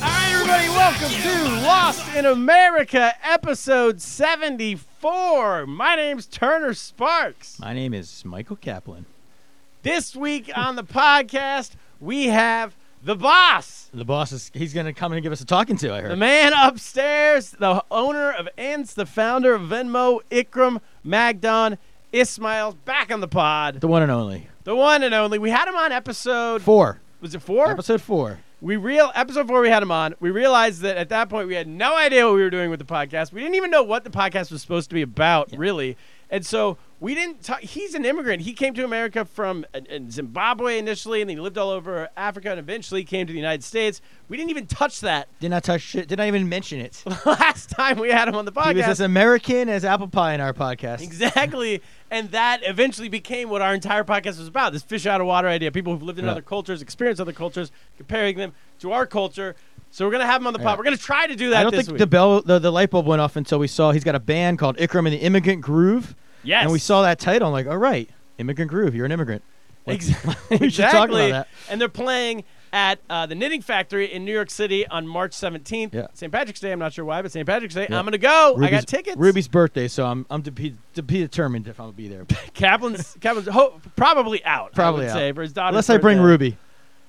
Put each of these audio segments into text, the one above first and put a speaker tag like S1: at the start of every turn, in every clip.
S1: All right, everybody, welcome to Lost in America, episode 74. My name's Turner Sparks.
S2: My name is Michael Kaplan.
S1: This week on the podcast, we have the boss,
S2: The boss is he's gonna come in and give us a talking to, I
S1: the
S2: heard.
S1: man upstairs, the owner of Ants, the founder of Venmo, Ikram, Magdon, Ismail, back on the pod,
S2: The one and only.
S1: the one and only. We had him on episode,
S2: Four.
S1: was it four?
S2: Episode four.
S1: we real episode four we had him on we realized that at that point we had no idea what we were doing with the podcast we didn't even know what the podcast was supposed to be about really and so we didn't talk he's an immigrant he came to america from uh, uh, zimbabwe initially and then he lived all over africa and eventually came to the united states we didn't even touch that
S2: Did not touch shit. Did not even mention it. He
S1: last time we had him on the podcast
S2: was as American as apple pie in our podcast.
S1: Exactly. and that eventually became what our entire podcast was about this fish out of water idea. People who've lived in
S2: Yeah.
S1: other cultures, experienced other cultures, comparing them to our culture. So we're going to have him on the pod.
S2: Yeah.
S1: We're going to try to do that
S2: I don't
S1: this
S2: think
S1: week.
S2: the bell the, the light bulb went off until we saw he's got a band called Ikram and the Immigrant Groove.
S1: yes.
S2: And we saw that title. I'm like, all right, Immigrant Groove, you're an immigrant. Like,
S1: Ex-
S2: we should talk about
S1: exactly.
S2: that.
S1: And they're playing at uh, the Knitting Factory in New York City on March 17th.
S2: Yeah.
S1: St. Patrick's Day. I'm not sure why, but St. Patrick's Day.
S2: Yeah.
S1: I'm going to go. I
S2: Ruby's-
S1: got tickets.
S2: Ruby's birthday, so I'm I'm to be, to be determined if I'm gonna be there.
S1: Kaplan's, Kaplan's ho- probably out. I
S2: Probably
S1: would
S2: out.
S1: say, for his daughter's
S2: Unless I bring
S1: birthday.
S2: Ruby.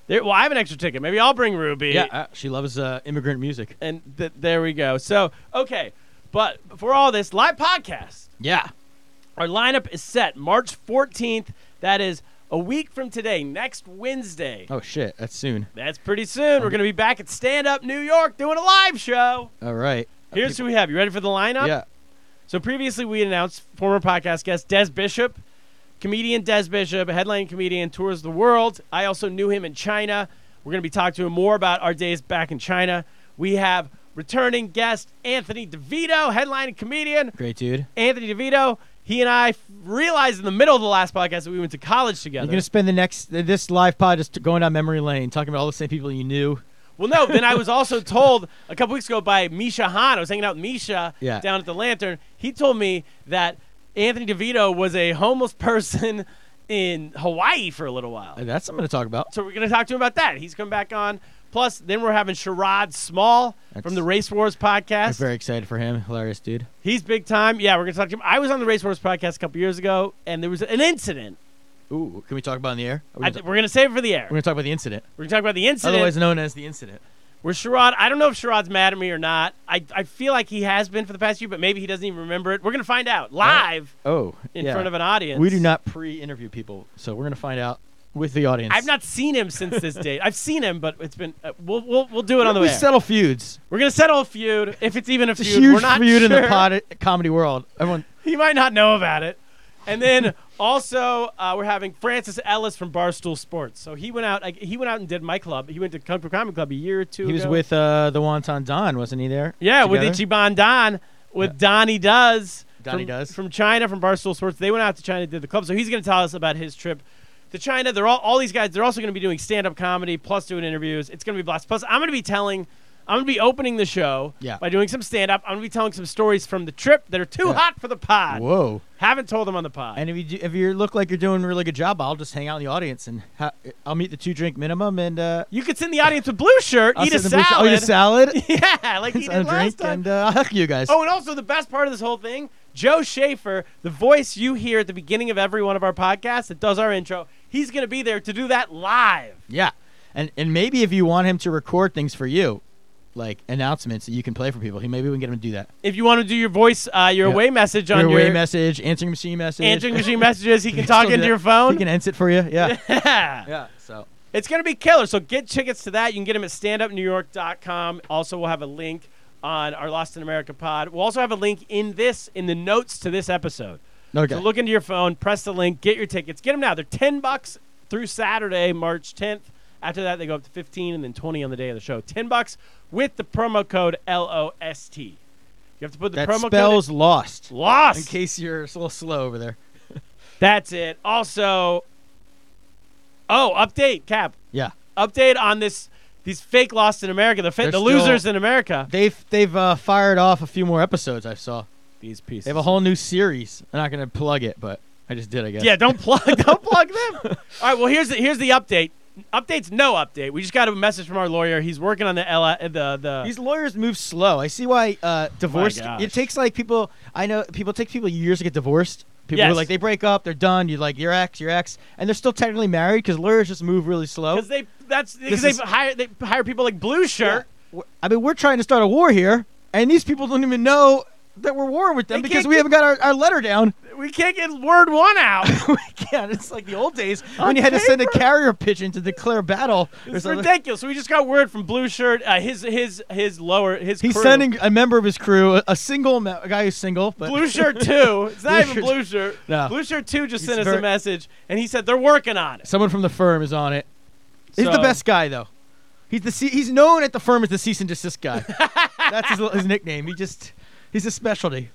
S1: There- well, I have an extra ticket. Maybe I'll bring Ruby.
S2: Yeah, uh, she loves uh, immigrant music.
S1: and th- there we go. So okay, but for all this live podcast,
S2: Yeah.
S1: our lineup is set March 14th. That is a week from today, next Wednesday.
S2: Oh shit, that's soon.
S1: That's pretty soon. We're gonna be back at Stand Up New York doing a live show.
S2: All right.
S1: Here's who we have. You ready for the lineup?
S2: Uh, Yeah.
S1: So previously we announced former podcast guest Des Bishop, comedian Des Bishop, a headline comedian, tours the world. I also knew him in China. We're going to be talking to him more about our days back in China. We have returning guest Anthony DeVito, headline comedian.
S2: Great dude.
S1: Anthony DeVito, he and I realized in the middle of the last podcast that we went to college
S2: You're
S1: together.
S2: gonna spend the next th- this live pod just going down memory lane, talking about all the same people you knew.
S1: Well, no. Then I was also told a couple weeks ago by Misha Han. I was hanging out with Misha
S2: Yeah.
S1: down at the Lantern. He told me that Anthony DeVito was a homeless person in Hawaii for a little while.
S2: Uh, That's what I'm gonna talk about.
S1: So we're going to talk to him about that. He's come back on. Plus, then we're having Sherrod Small from
S2: That's-
S1: the Race Wars
S2: I'm
S1: podcast.
S2: very excited for him. Hilarious dude.
S1: He's big time. Yeah, we're going to talk to him. I was on the Race Wars podcast a couple years ago, and there was an incident.
S2: Ooh, can we talk about it in the air? We're
S1: I
S2: gonna,
S1: th- we're going to save it for the air.
S2: we're gonna talk about the incident,
S1: We're going to talk about the incident.
S2: otherwise known as the incident.
S1: Where Sherrod, I don't know if Sherrod's mad at me or not. I, I feel like he has been for the past year, but maybe he doesn't even remember it. We're going to find out live
S2: Oh,
S1: in front of an audience.
S2: We do not pre-interview people, so we're gonna find out with the audience.
S1: I've not seen him since this date. I've seen him, but it's been. Uh, we'll, we'll, we'll do it on the
S2: we
S1: way.
S2: settle feuds.
S1: We're going to settle a feud, if it's even a
S2: It's a
S1: feud.
S2: huge
S1: We're not
S2: feud in the
S1: sure.
S2: pod- comedy world. Everyone,
S1: He might not know about it. And then also, uh, we're having Francis Ellis from Barstool Sports. So he went out. Like, he went out and did my club. He went to Kung Fu Comedy Club a year or two.
S2: he was
S1: ago.
S2: with uh, the Wonton Don, wasn't he there?
S1: Yeah, with
S2: Together?
S1: Ichiban Don, with Donnie Does.
S2: Donnie
S1: from,
S2: Does.
S1: From China, from Barstool Sports. They went out to China, did the club. So he's going to tell us about his trip to China. They're all, all these guys, they're also going to be doing stand up comedy plus doing interviews. It's going to be blast. Plus, I'm going to be telling. I'm going to be opening the show
S2: Yeah.
S1: by doing some stand up. I'm going to be telling some stories from the trip that are too
S2: Yeah.
S1: hot for the pod.
S2: Whoa.
S1: Haven't told them on the pod.
S2: And if you do, if you look like you're doing a really good job, I'll just hang out in the audience and ha- I'll meet the two drink minimum and uh,
S1: you could send the audience a blue shirt,
S2: I'll
S1: eat, a
S2: sit in the Oh, booth- I'll eat a salad,
S1: yeah, like he did
S2: and a
S1: last
S2: drink,
S1: time.
S2: and uh, I'll hug you guys.
S1: Oh, and also the best part of this whole thing, Joe Schaefer, the voice you hear at the beginning of every one of our podcasts that does our intro, he's going to be there to do that live.
S2: yeah, and and maybe if you want him to record things for you, like announcements that you can play for people, he maybe we can get him to do that.
S1: If you want to do your voice, uh, your
S2: Yeah.
S1: away message on
S2: Your
S1: your,
S2: away message, answering machine message,
S1: answering machine messages, he
S2: You
S1: can
S2: still
S1: talk
S2: do
S1: into
S2: that.
S1: your phone.
S2: He can ends it for you. Yeah,
S1: Yeah.
S2: yeah. So
S1: It's going to be killer. So get tickets to that. You can get them at standupnewyork.com. Also, we'll have a link on our Lost in America pod. We'll also have a link in this, in the notes to this episode.
S2: okay.
S1: So look into your phone, press the link, get your tickets, get them now. They're ten bucks through Saturday, March tenth, After that, they go up to 15 and then 20 on the day of the show. 10 bucks with the promo code LOST. You have to put the
S2: That
S1: promo
S2: spells
S1: code
S2: lost. In
S1: lost.
S2: case you're a little slow over there.
S1: That's it. Also, oh, update, Cap.
S2: Yeah.
S1: Update on this these fake lost in America, the, fa-
S2: They're
S1: the losers
S2: still-
S1: in America.
S2: They've they've uh, fired off a few more episodes. I saw
S1: These pieces.
S2: they have a whole new series. I'm not gonna plug it, but I just did. I guess.
S1: Yeah, don't plug don't plug them. All right, well here's the here's the update. Update's no update. We just got a message from our lawyer. He's working on the L- uh, the the
S2: These lawyers move slow. I see why uh, divorce.
S1: Oh gosh.
S2: it takes like people. I know people it takes people years to get divorced. People who
S1: Yes.
S2: like they break up, they're done. You like your ex, your ex, and they're still technically married because lawyers just move really slow.
S1: because they that's because
S2: This
S1: they
S2: is-
S1: hire they hire people like Blue Shirt.
S2: Yeah. I mean, we're trying to start a war here, and these people don't even know that we're warring with them
S1: They
S2: because
S1: can't
S2: we
S1: get-
S2: haven't got our, our letter down.
S1: We can't get word one out.
S2: yeah, it's like the old days
S1: On
S2: when you had to send a
S1: paper.
S2: carrier pigeon to declare battle. or
S1: It's
S2: something.
S1: ridiculous. So we just got word from Blue Shirt. Uh, his his his lower his
S2: He's
S1: crew.
S2: sending a member of his crew, a, a single ma- a guy who's single, but
S1: Blue Shirt two. It's not
S2: Blue
S1: even Blue Shirt.
S2: No.
S1: Blue Shirt two just
S2: He's
S1: sent us
S2: very-
S1: a message and he said they're working on it.
S2: someone from the firm is on it. He's the
S1: So-
S2: best guy though. He's the ce- he's known at the firm as the cease and desist guy. That's his, his nickname. He just he's a specialty.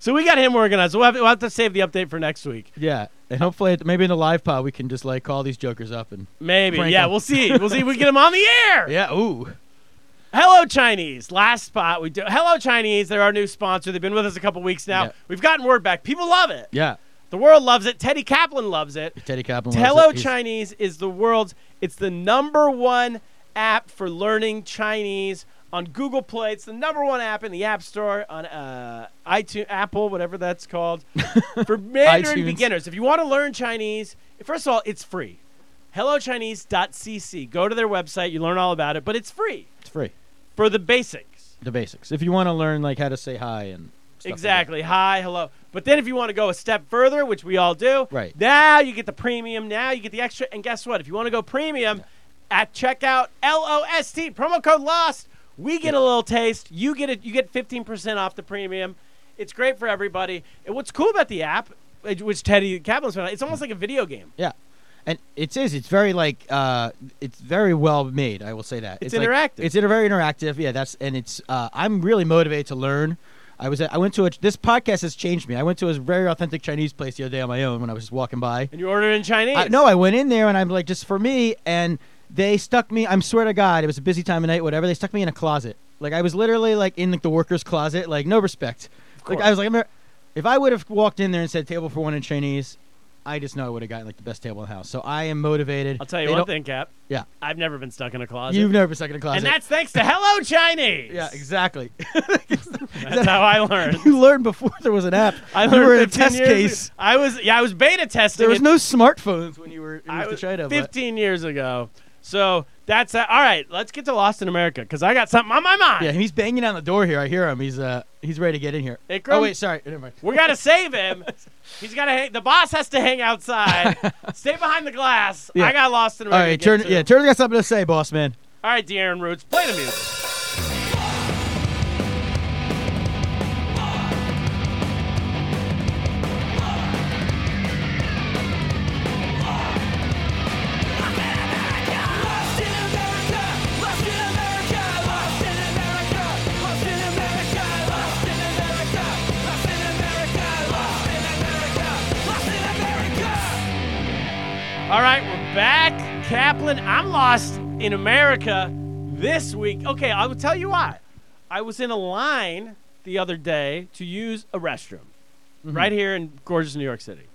S1: So we got him working on it. So we'll have, we'll have to save the update for next week.
S2: Yeah, and hopefully at- maybe in the live pod we can just like call these jokers up and
S1: Maybe.
S2: Frank
S1: Yeah,
S2: him.
S1: we'll see. We'll see if we get him on the air.
S2: yeah ooh
S1: Hello Chinese. Last spot we do. Hello Chinese. They're our new sponsor. They've been with us a couple weeks now.
S2: Yeah.
S1: We've gotten word back. People love it.
S2: yeah
S1: The world loves it. Teddy Kaplan loves it.
S2: Teddy Kaplan. loves
S1: Hello
S2: it. He's-
S1: Chinese is the world's it's the number one app for learning Chinese on Google Play. It's the number one app in the App Store on uh, iTunes, Apple, whatever that's called, for Mandarin
S2: iTunes.
S1: beginners. If you want to learn Chinese, first of all, it's free. HelloChinese.cc. Go to their website. You learn all about it, but it's free
S2: It's free.
S1: for the basics.
S2: The basics. If you want to learn like how to say hi and stuff like that.
S1: Exactly. Hi, hello. But then if you want to go a step further, which we all do,
S2: Right.
S1: now you get the premium, now you get the extra. And guess what? If you want to go premium at checkout, LOST, promo code LOST, we get a little taste. You get it you get 15% off the premium. It's great for everybody. And what's cool about the app, which- which Teddy Kaplan's been on, it's almost like a video game.
S2: Yeah. And it is. It's very like. Uh, it's very well made. I will say that.
S1: It's
S2: like-
S1: interactive.
S2: it's inter- very interactive. Yeah. That's and it's. Uh, I'm really motivated to learn. I was. At, I went to a. This podcast has changed me. I went to a very authentic Chinese place the other day on my own when I was just walking by.
S1: And you order it in Chinese.
S2: I, no, I went in there and I'm like just for me and they stuck me. I'm swear to God, it was a busy time of night. Whatever. They stuck me in a closet. Like I was literally like in like the workers' closet. Like no respect. Like
S1: course.
S2: I was like, I'm a- if I would have walked in there and said table for one in Chinese, I just know I would have gotten like the best table in the house. So I am motivated.
S1: I'll tell you
S2: They
S1: one
S2: don't-
S1: thing, Cap.
S2: Yeah,
S1: I've never been stuck in a closet.
S2: you've never been stuck in a closet.
S1: and that's thanks to Hello Chinese.
S2: yeah, exactly.
S1: That's how I learned.
S2: you learned before there was an app.
S1: I
S2: you
S1: learned
S2: were in a
S1: 15
S2: test
S1: years
S2: case.
S1: ago- I was yeah, I was beta testing.
S2: There was
S1: it.
S2: no smartphones when you were in
S1: I
S2: East
S1: was
S2: China. but-
S1: 15 years ago. So that's a, all right. Let's get to Lost in America because I got something on my mind.
S2: Yeah, he's banging on the door here. I hear him. He's uh he's ready to get in here.
S1: Ikram?
S2: Oh wait, sorry. Never mind.
S1: We gotta save him. He's gotta. Hang, the boss has to hang outside. Stay behind the glass.
S2: Yeah.
S1: I got Lost in
S2: All
S1: America.
S2: right,
S1: to
S2: turn.
S1: get to.
S2: Yeah, turn. Got something to say, boss man.
S1: All right, De'Aaron Roots, play the music.
S3: Lost in America, lost in America, lost in America, lost in America, lost in America, lost in America, lost in America, lost in America.
S1: All right, we're back. Kaplan, I'm lost in America this week. Okay, I will tell you why. I was in a line the other day to use a restroom right here in gorgeous New York City.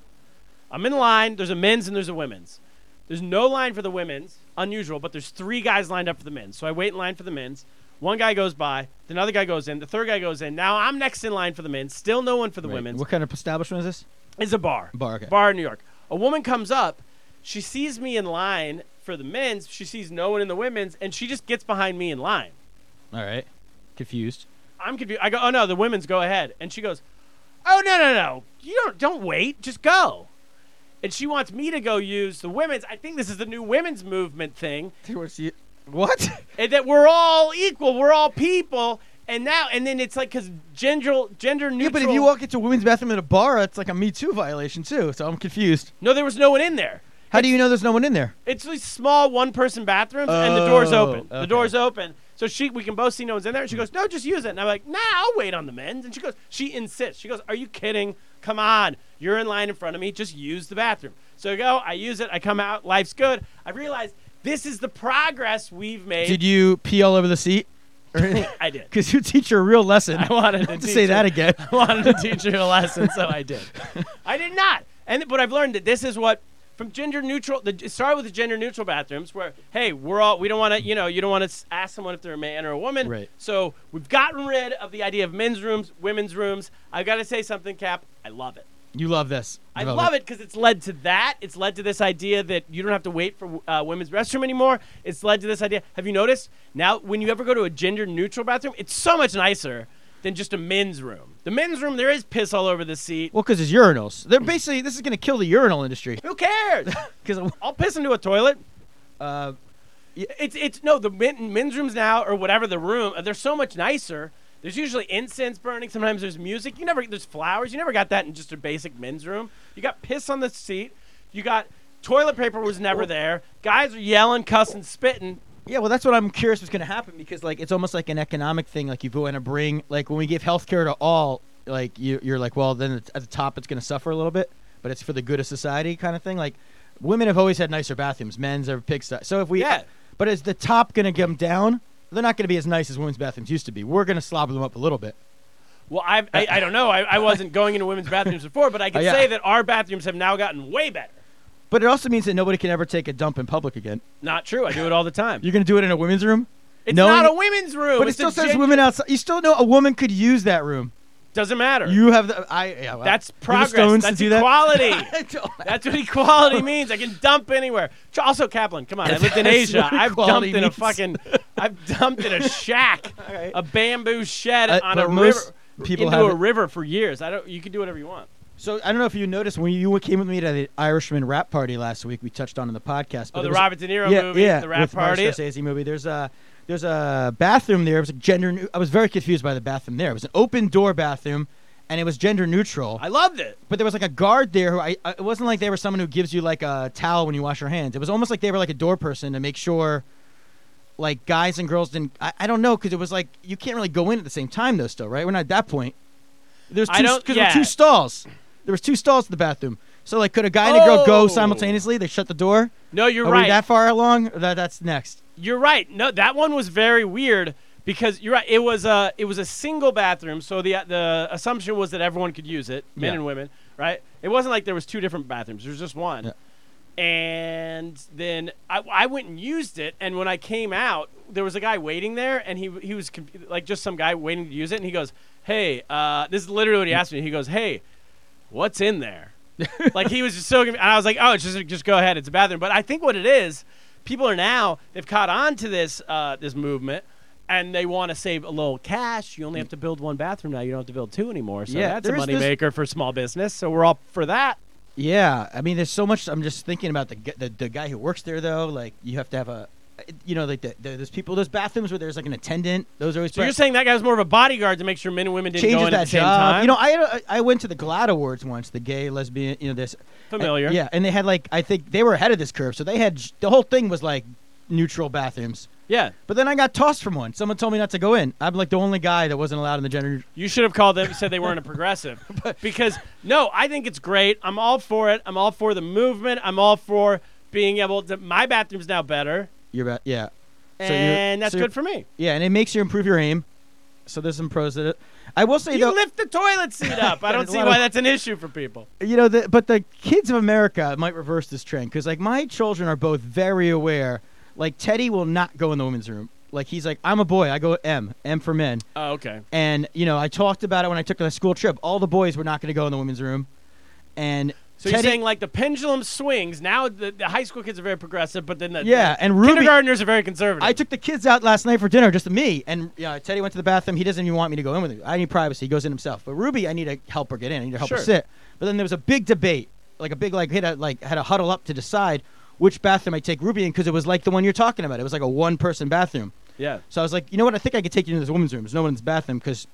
S1: I'm in line. There's a men's and there's a women's. There's no line for the women's, unusual, but there's three guys lined up for the men's. So I wait in line for the men's. One guy goes by, then another guy goes in, the third guy goes in. Now I'm next in line for the men's. Still no one for the women's.
S2: What kind of establishment is this?
S1: It's a bar.
S2: Bar, okay.
S1: Bar in New York. A woman comes up. She sees me in line for the men's. She sees no one in the women's, and she just gets behind me in line.
S2: All right. Confused.
S1: I'm confused. I go, oh no, the women's go ahead, and she goes, oh no no no, you don't don't wait, just go. And she wants me to go use the women's. I think this is the new women's movement thing,
S2: What?
S1: and that we're all equal, we're all people. And now and then it's like because gender gender neutral.
S2: yeah, but if you walk into a women's bathroom in a bar, it's like a Me Too violation too. So I'm confused.
S1: No, there was no one in there.
S2: How do you know there's no one in there?
S1: It's these small one person bathrooms and the door's open.
S2: Oh,
S1: The door's open. So she we can both see no one's in there. And she goes, No, just use it. And I'm like, nah, I'll wait on the men's. And she goes, she insists. She goes, Are you kidding? Come on. You're in line in front of me. Just use the bathroom. So I go, I use it, I come out, life's good. I realize this is the progress we've made.
S2: Did you pee all over the seat?
S1: I did.
S2: Because you teach her a real lesson.
S1: I wanted to
S2: to
S1: teach
S2: say that
S1: her-
S2: again.
S1: I wanted to teach you a lesson, so I did. I did not. And but I've learned that this is what from gender neutral. The, it started with the gender neutral bathrooms, where hey, we're all we don't want to, you know, you don't want to ask someone if they're a man or a woman.
S2: Right.
S1: So we've gotten rid of the idea of men's rooms, women's rooms. I've got to say something, Cap. I love it.
S2: You love this.
S1: I love it because it's led to that. It's led to this idea that you don't have to wait for uh, women's restroom anymore. It's led to this idea. Have you noticed now when you ever go to a gender neutral bathroom, it's so much nicer than just a men's room. The men's room, there is piss all over the seat.
S2: Well, because it's urinals. They're basically this is going to kill the urinal industry.
S1: Who cares?
S2: Because
S1: I'll piss into a toilet.
S2: uh,
S1: It's it's no the men, men's rooms now or whatever the room. uh, They're so much nicer. There's usually incense burning. Sometimes there's music. You never there's flowers. You never got that in just a basic men's room. You got piss on the seat. You got toilet paper was never there. Guys are yelling, cussing, spitting.
S2: yeah, well, that's what I'm curious what's going to happen because like it's almost like an economic thing. Like you want to bring like when we give healthcare to all, like you, you're like, well, then it's, at the top it's going to suffer a little bit, but it's for the good of society kind of thing. Like women have always had nicer bathrooms. Men's are pig stuff. So if we,
S1: Yeah.
S2: but is the top going to come down? They're not going to be as nice as women's bathrooms used to be. We're going to slobber them up a little bit.
S1: Well, I've, I I don't know. I, I wasn't going into women's bathrooms before, but I can
S2: Oh, yeah.
S1: say that our bathrooms have now gotten way better.
S2: But it also means that nobody can ever take a dump in public again.
S1: Not true. I do it all the time.
S2: You're going to do it in a women's room?
S1: it's
S2: Knowing-
S1: not a women's room.
S2: But it
S1: It's
S2: still
S1: a
S2: says
S1: gen-
S2: women outside. You still know a woman could use that room.
S1: Doesn't matter.
S2: You have the I. Yeah, well,
S1: That's
S2: you the
S1: progress.
S2: Uh, stones
S1: That's
S2: to do that.
S1: equality.
S2: I don't-
S1: That's what equality means. I can dump anywhere. Ch- Also, Kaplan, come on. I lived in
S2: That's
S1: Asia.
S2: what
S1: I've dumped
S2: equality
S1: in a
S2: means.
S1: fucking, I've dumped in a shack, a bamboo shed
S2: Uh,
S1: on
S2: but
S1: a
S2: most
S1: river,
S2: people
S1: into
S2: have
S1: a
S2: it.
S1: river for years. I don't. You can do whatever you want.
S2: So I don't know if you noticed when you came with me to the Irishman rap party last week. We touched on in the podcast.
S1: Oh,
S2: but
S1: the
S2: there was-
S1: Robert De Niro
S2: yeah,
S1: movie,
S2: yeah,
S1: the rap
S2: with
S1: party.
S2: Martin Scorsese movie. There's a there's a bathroom there. It was a gender. neu- I was very confused by the bathroom there. It was an open door bathroom, and it was gender neutral.
S1: I loved it.
S2: but there was like a guard there who I, I it wasn't like they were someone who gives you like a towel when you wash your hands. It was almost like they were like a door person to make sure like guys and girls didn't I, I don't know cuz it was like you can't really go in at the same time though still, right? We're not at that point. There's
S1: I
S2: two
S1: don't-
S2: cuz there were
S1: yeah.
S2: two stalls. There was two stalls in the bathroom. So like could a guy and a girl
S1: Oh.
S2: go simultaneously? They shut the door.
S1: No, you're
S2: Are
S1: right.
S2: we that far along? That that's next.
S1: You're right. No, that one was very weird because you're right. It was a it was a single bathroom, so the the assumption was that everyone could use it, men
S2: Yeah.
S1: and women, right? It wasn't like there was two different bathrooms. There was just one.
S2: Yeah.
S1: And then I, I went and used it, and when I came out, there was a guy waiting there, and he he was conf- like just some guy waiting to use it, and he goes, "Hey, uh, this is literally what
S2: Mm.
S1: he asked me. He goes, "Hey, what's in there?" like he was just so. conf- And I was like, "Oh, it's just just go ahead. It's a bathroom." But I think what it is, people are now they've caught on to this uh, this movement, and they want to save a little cash. You only have to build one bathroom now. You don't have to build two anymore. So
S2: Yeah,
S1: that's a
S2: there is this-
S1: moneymaker for small business. So we're all for that.
S2: Yeah, I mean, there's so much. I'm just thinking about the gu- the, the guy who works there, though. Like, you have to have a, you know, like the, the, there's people, those bathrooms where there's like an attendant. Those are always.
S1: So you're saying that guy was more of a bodyguard to make sure men and women didn't go
S2: changes
S1: in at
S2: that
S1: the same
S2: job.
S1: time.
S2: You know, I I went to the GLAAD Awards once, the gay lesbian, you know, this uh,
S1: Familiar.
S2: yeah, and they had like I think they were ahead of this curve, so they had j- the whole thing was like neutral bathrooms.
S1: yeah.
S2: But then I got tossed from one. Someone told me not to go in. I'm like the only guy that wasn't allowed in the gender.
S1: You should have called them said they weren't a progressive. because no, I think it's great. I'm all for it. I'm all for the movement. I'm all for being able to my bathroom's now better.
S2: You're about yeah. So you're-
S1: and that's
S2: so you're-
S1: good for me.
S2: Yeah, and it makes you improve your aim. So there's some pros to it. I will say
S1: You
S2: though,
S1: lift the toilet seat up. I don't
S2: Yeah, there's a
S1: see
S2: lot
S1: why
S2: of-
S1: that's an issue for people.
S2: you know, the, but the kids of America might reverse this trend because, like, my children are both very aware. Like, Teddy will not go in the women's room. Like, he's like, I'm a boy. I go M, M for men.
S1: Oh, okay.
S2: And you know, I talked about it when I took the school trip. All the boys were not going to go in the women's room. And
S1: So
S2: Teddy,
S1: you're saying like the pendulum swings. Now the, the high school kids are very progressive, but then the
S2: Yeah,
S1: the
S2: and Ruby-
S1: kindergartners are very conservative.
S2: I took the kids out last night for dinner, just me. And you know, Teddy went to the bathroom. He doesn't even want me to go in with him. I need privacy. He goes in himself. But Ruby, I need to help her get in. I need to help
S1: Sure.
S2: her sit. But then there was a big debate, like a big like hit a, like had a huddle up to decide which bathroom I take Ruby in because it was like the one you're talking about. It was like a one person bathroom.
S1: yeah.
S2: So I was like, you know what? I think I could take you into this woman's room. There's no one in this bathroom because,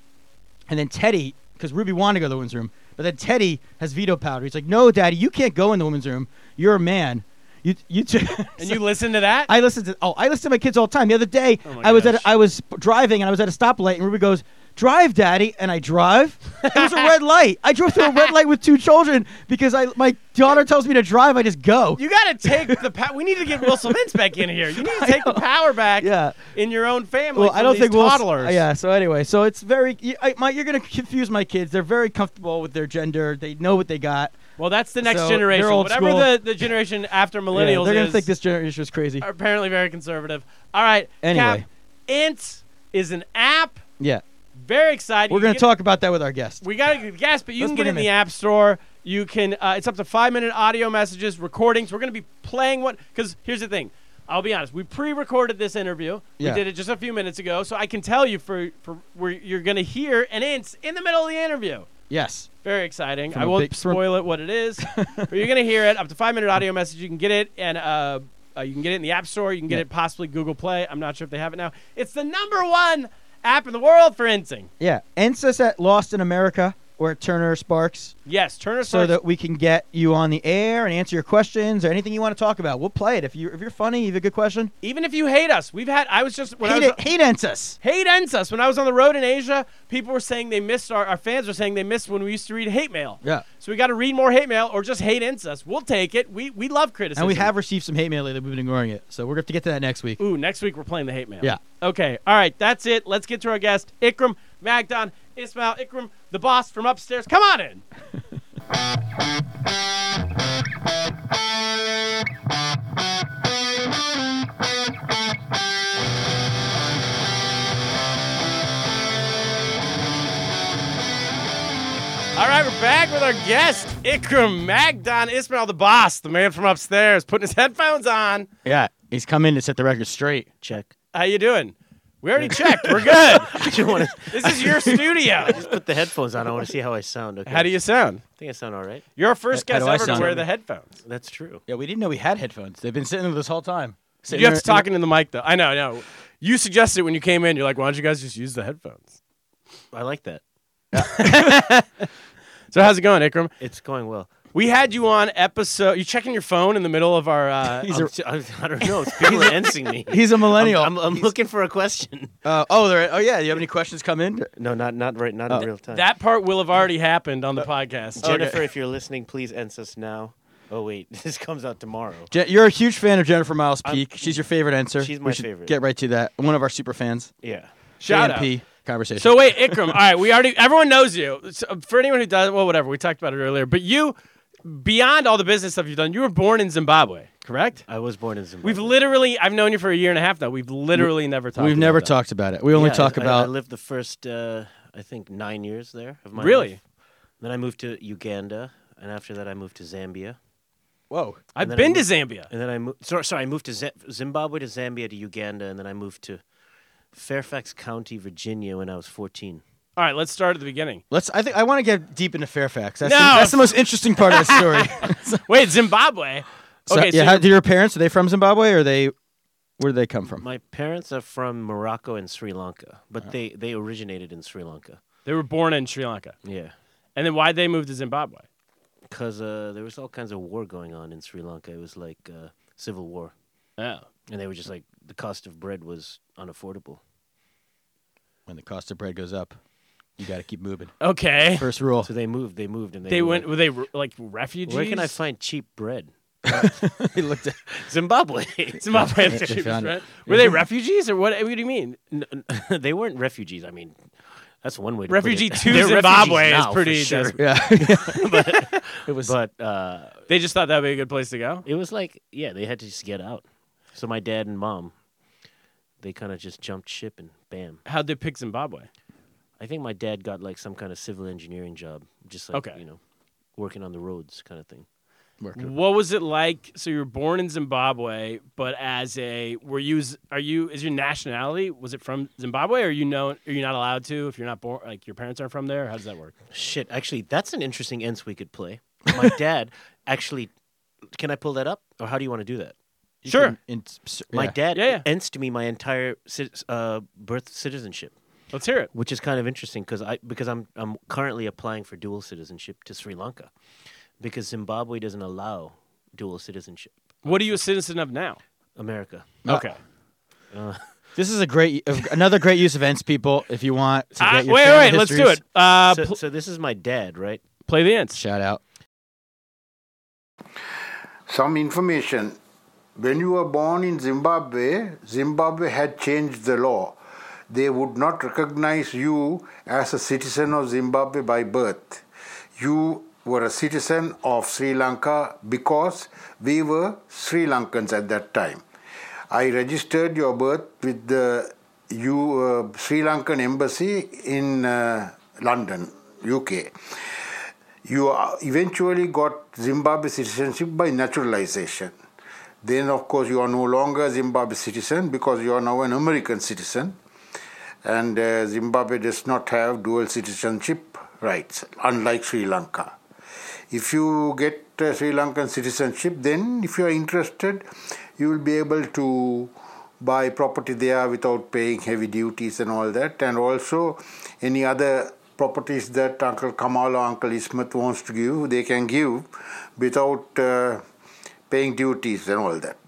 S2: and then Teddy, because Ruby wanted to go to the women's room, but then Teddy has veto power. He's like, no, Daddy, you can't go in the women's room. You're a man. You you t-
S1: And you listen to that?
S2: I listen to oh I listen to my kids all the time. The other day
S1: Oh my
S2: I was at
S1: gosh.
S2: a, I was driving and I was at a stoplight and Ruby goes drive daddy and I drive. It was a red light. I drove through a red light with two children because I my daughter tells me to drive. I just go.
S1: you got to take the power. we need to get Will Mintz back in here. You need to take the power back
S2: Yeah.
S1: in your own family.
S2: well,
S1: from
S2: I don't
S1: these
S2: think we'll.
S1: toddlers.
S2: yeah. So anyway, so it's very. You, I, my, you're gonna confuse my kids. They're very comfortable with their gender. They know what they got.
S1: Well, that's the next
S2: So, they're
S1: generation.
S2: old
S1: Whatever
S2: school.
S1: the, the generation after
S2: Yeah,
S1: millennials
S2: they're gonna
S1: is,
S2: think this generation is crazy.
S1: are apparently very conservative. All right.
S2: Anyway.
S1: Cap, Int is an app.
S2: Yeah.
S1: Very exciting.
S2: We're
S1: You
S2: gonna
S1: get-
S2: talk about that with our guest.
S1: We got to guess, but you
S2: Let's
S1: can
S2: bring
S1: get it in
S2: him
S1: the
S2: in.
S1: App Store. You can. Uh, it's up to five minute audio messages, recordings. We're going to be playing one because here's the thing. I'll be honest. We pre-recorded this interview.
S2: Yeah.
S1: We did it just a few minutes ago, so I can tell you for for where you're going to hear an ints in the middle of the interview.
S2: yes.
S1: Very exciting.
S2: From
S1: I
S2: a
S1: won't
S2: big- from-
S1: spoil it what it is, but you're going to hear it. Up to five minute audio message. You can get it and. Uh, uh, you can get it in the App Store. You can get
S2: Yeah.
S1: it possibly Google Play. I'm not sure if they have it now. It's the number one app in the world for inting.
S2: Yeah. Ensas at Lost in America or at Turner Sparks.
S1: Yes, Turner
S2: so
S1: Sparks
S2: that we can get you on the air and answer your questions or anything you want to talk about. We'll play it if you if you're funny, you have a good question.
S1: even if you hate us, we've had. I was just when
S2: hate
S1: I was
S2: it, hate ants us.
S1: hate ends us. When I was on the road in Asia, people were saying they missed our, our fans were saying they missed when we used to read hate mail.
S2: Yeah.
S1: So we got to read more hate mail or just hate ends us. We'll take it. We we love criticism.
S2: And we have received some hate mail lately. We've been ignoring it, so we're gonna have to get to that next week.
S1: Ooh, next week we're playing the hate mail.
S2: Yeah.
S1: Okay. All right. That's it. Let's get to our guest, Ikram Magdan Ismail Ikram, the boss from upstairs. Come on in. All right, we're back with our guest, Ikram Magdan Ismail, the boss, the man from upstairs, putting his headphones on.
S2: Yeah, he's come in to set the record straight.
S4: check.
S1: How you doing? We already checked. We're good.
S4: I just want to
S1: This is your studio.
S4: put the headphones on. I want to see how I sound. Okay.
S1: How do you sound?
S4: I think I sound all right.
S1: You're our first
S2: How-
S1: guest
S2: how do I
S1: ever to
S2: sound?
S1: wear the headphones.
S4: That's true.
S2: Yeah, we didn't know we had headphones. They've been sitting there this whole time.
S1: You have to talk into the mic though. I know, I know. You suggested when you came in, you're like, why don't you guys just use the headphones?
S4: I like that.
S1: So how's it going, Ikram?
S4: It's going well.
S1: We had you on episode. You checking your phone in the middle of our? Uh,
S4: I'm t- I'm- I don't know. People are answering me.
S2: He's a millennial.
S4: I'm, I'm looking for a question.
S2: uh, oh, there. Oh yeah. Do you have any questions come in?
S4: No, not not right. Not
S2: Oh.
S4: in real time.
S1: uh, that part will have already happened on the podcast.
S4: Uh, Jennifer, if you're listening, please ends us now. Oh wait, this comes out tomorrow.
S2: Je- you're a huge fan of Jennifer Miles Peak. she's your favorite answer.
S4: she's my
S2: we should
S4: favorite.
S2: Get right to that. One of our super fans.
S4: Yeah.
S1: Shout out.
S2: JMP conversation.
S1: So wait, Ikram. all right, we already everyone knows you. So, uh, for anyone who doesn't, well, whatever. We talked about it earlier, but you, beyond all the business stuff you've done, you were born in Zimbabwe, correct?
S4: I was born in Zimbabwe.
S1: We've literally, I've known you for a year and a half now. We've literally never talked.
S2: we've
S1: about
S2: never
S1: that.
S2: talked about it. We only
S4: Yeah,
S2: talk
S4: I-
S2: about.
S4: I lived the first, uh, I think, nine years there of my
S1: Really?
S4: life. Then I moved to Uganda, and after that, I moved to Zambia.
S2: Whoa.
S1: I've
S4: and then I
S1: been to
S4: moved-
S1: Zambia.
S4: And then I moved. Sorry, sorry, I moved to Z- Zimbabwe to Zambia to Uganda, and then I moved to Fairfax County, Virginia, when I was 14.
S1: All right, let's start at the beginning.
S2: Let's. I think I want to get deep into Fairfax. That's,
S1: No.
S2: the, that's the most interesting part of the story.
S1: Wait, Zimbabwe.
S2: So,
S1: okay,
S2: yeah.
S1: so
S2: how,
S1: you're-
S2: do your parents are they from Zimbabwe or are they? Where do they come from?
S4: My parents are from Morocco and Sri Lanka, but
S1: Uh-huh.
S4: they they originated in Sri Lanka.
S1: they were born in Sri Lanka,
S4: Yeah,
S1: and then why they moved to Zimbabwe?
S4: because uh, there was all kinds of war going on in Sri Lanka. It was like uh, civil war,
S1: Oh,
S4: and they were just like the cost of bread was unaffordable.
S2: When the cost of bread goes up, you got to keep moving.
S1: okay.
S2: First rule.
S4: So they moved. They moved, and they,
S1: They
S4: were
S1: went.
S4: like,
S1: Were they re- like refugees?
S4: Where can I find cheap bread?
S2: They looked at.
S4: Zimbabwe.
S1: Zimbabwe?
S2: They
S1: the cheapest,
S2: found it.
S1: right? Were they refugees or what? What do you mean?
S4: N- n- they weren't refugees. I mean, that's one way to
S1: Refugee
S4: put it.
S1: to
S4: They're refugees
S1: Zimbabwe is
S4: now, for
S1: pretty
S4: sure.
S1: desperate.
S2: Yeah.
S4: It was, but uh,
S1: They just thought that would be a good place to go.
S4: it was like, yeah, they had to just get out. So my dad and mom, they kind of just jumped ship and bam.
S1: How'd they pick Zimbabwe?
S4: I think my dad got like some kind of civil engineering job, just like
S1: Okay.
S4: you know, working on the roads kind of thing.
S1: What was it like? So you were born in Zimbabwe, but as a were you? Z- Are you? Is your nationality? Was it from Zimbabwe? Or are you known? Are you not allowed to if you're not born? Like your parents aren't from there? How does that work?
S4: Shit, actually, that's an interesting ends we could play. My dad actually, can I pull that up, or how do you want to do that?
S1: sure.
S2: In,
S4: My dad
S1: Yeah, yeah.
S4: ends to me my entire cit- uh, birth citizenship.
S1: Let's hear it.
S4: which is kind of interesting because I because I'm I'm currently applying for dual citizenship to Sri Lanka because Zimbabwe doesn't allow dual citizenship.
S1: What are you a citizen of now?
S4: America.
S2: Uh,
S1: Okay.
S2: This is a great, another great use of ends, people. If you want to get
S1: Uh, wait,
S2: your family
S1: wait, let's do
S2: histories.
S1: it. Uh,
S4: so,
S1: pl-
S4: so this is my dad, right?
S1: play the ants.
S2: Shout out.
S5: Some information. When you were born in Zimbabwe, Zimbabwe had changed the law. They would not recognize you as a citizen of Zimbabwe by birth. You were a citizen of Sri Lanka because we were Sri Lankans at that time. I registered your birth with the U, uh, Sri Lankan embassy in uh, London, UK you are- eventually got Zimbabwe citizenship by naturalization. Then, of course, you are no longer a Zimbabwe citizen because you are now an American citizen, and uh, Zimbabwe does not have dual citizenship rights, unlike Sri Lanka. If you get uh, Sri Lankan citizenship, then if you are interested, you will be able to buy property there without paying heavy duties and all that, and also any other properties that Uncle Kamal or Uncle Ismat wants to give, they can give without uh, paying duties and all that.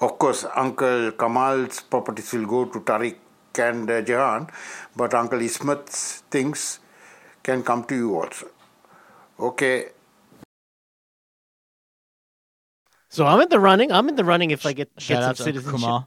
S5: Of course, Uncle Kamal's properties will go to Tariq and uh, Jahan, but Uncle Ismat's things can come to you also. Okay.
S4: So I'm in the running. I'm in the running if I get,
S2: Shout
S4: get
S2: out
S4: some
S2: to Uncle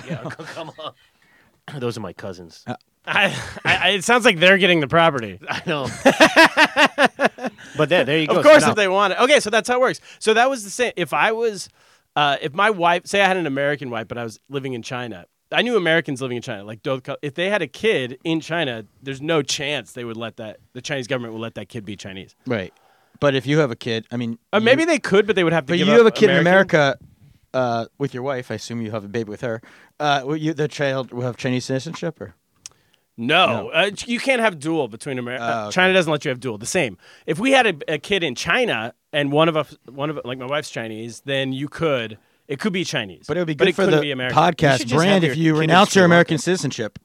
S4: citizenship.
S2: Kamal.
S4: Come on. Those are my cousins.
S1: I, I, it sounds like they're getting the property.
S4: I know. but there, there you go.
S1: Of course,
S4: So
S1: if they want it. Okay, so that's how it works. So that was the same. If I was, uh, if my wife, say I had an American wife, but I was living in China, I knew Americans living in China. Like, don't co- if they had a kid in China, there's no chance they would let that. The Chinese government would let that kid be Chinese.
S2: Right. But if you have a kid, I mean,
S1: Uh,
S2: you-
S1: maybe they could, but they would have to.
S2: But
S1: give
S2: you
S1: up
S2: have a kid in
S1: American.
S2: America uh, with your wife. I assume you have a baby with her. Uh, will you, the child will have Chinese citizenship, or
S1: No, Uh, you can't have dual between America.
S2: Ah,
S1: China doesn't let you have dual. The same. If we had a, a kid in China and one of us, one of like my wife's Chinese, then you could. It could be Chinese,
S2: but it would be good for
S1: couldn't
S2: the
S1: be American.
S4: You should
S2: podcast
S4: just
S2: brand
S4: have
S2: if
S4: your kid
S2: you
S4: in
S2: renounce
S4: Sri
S2: your
S4: Lanka.
S2: American citizenship.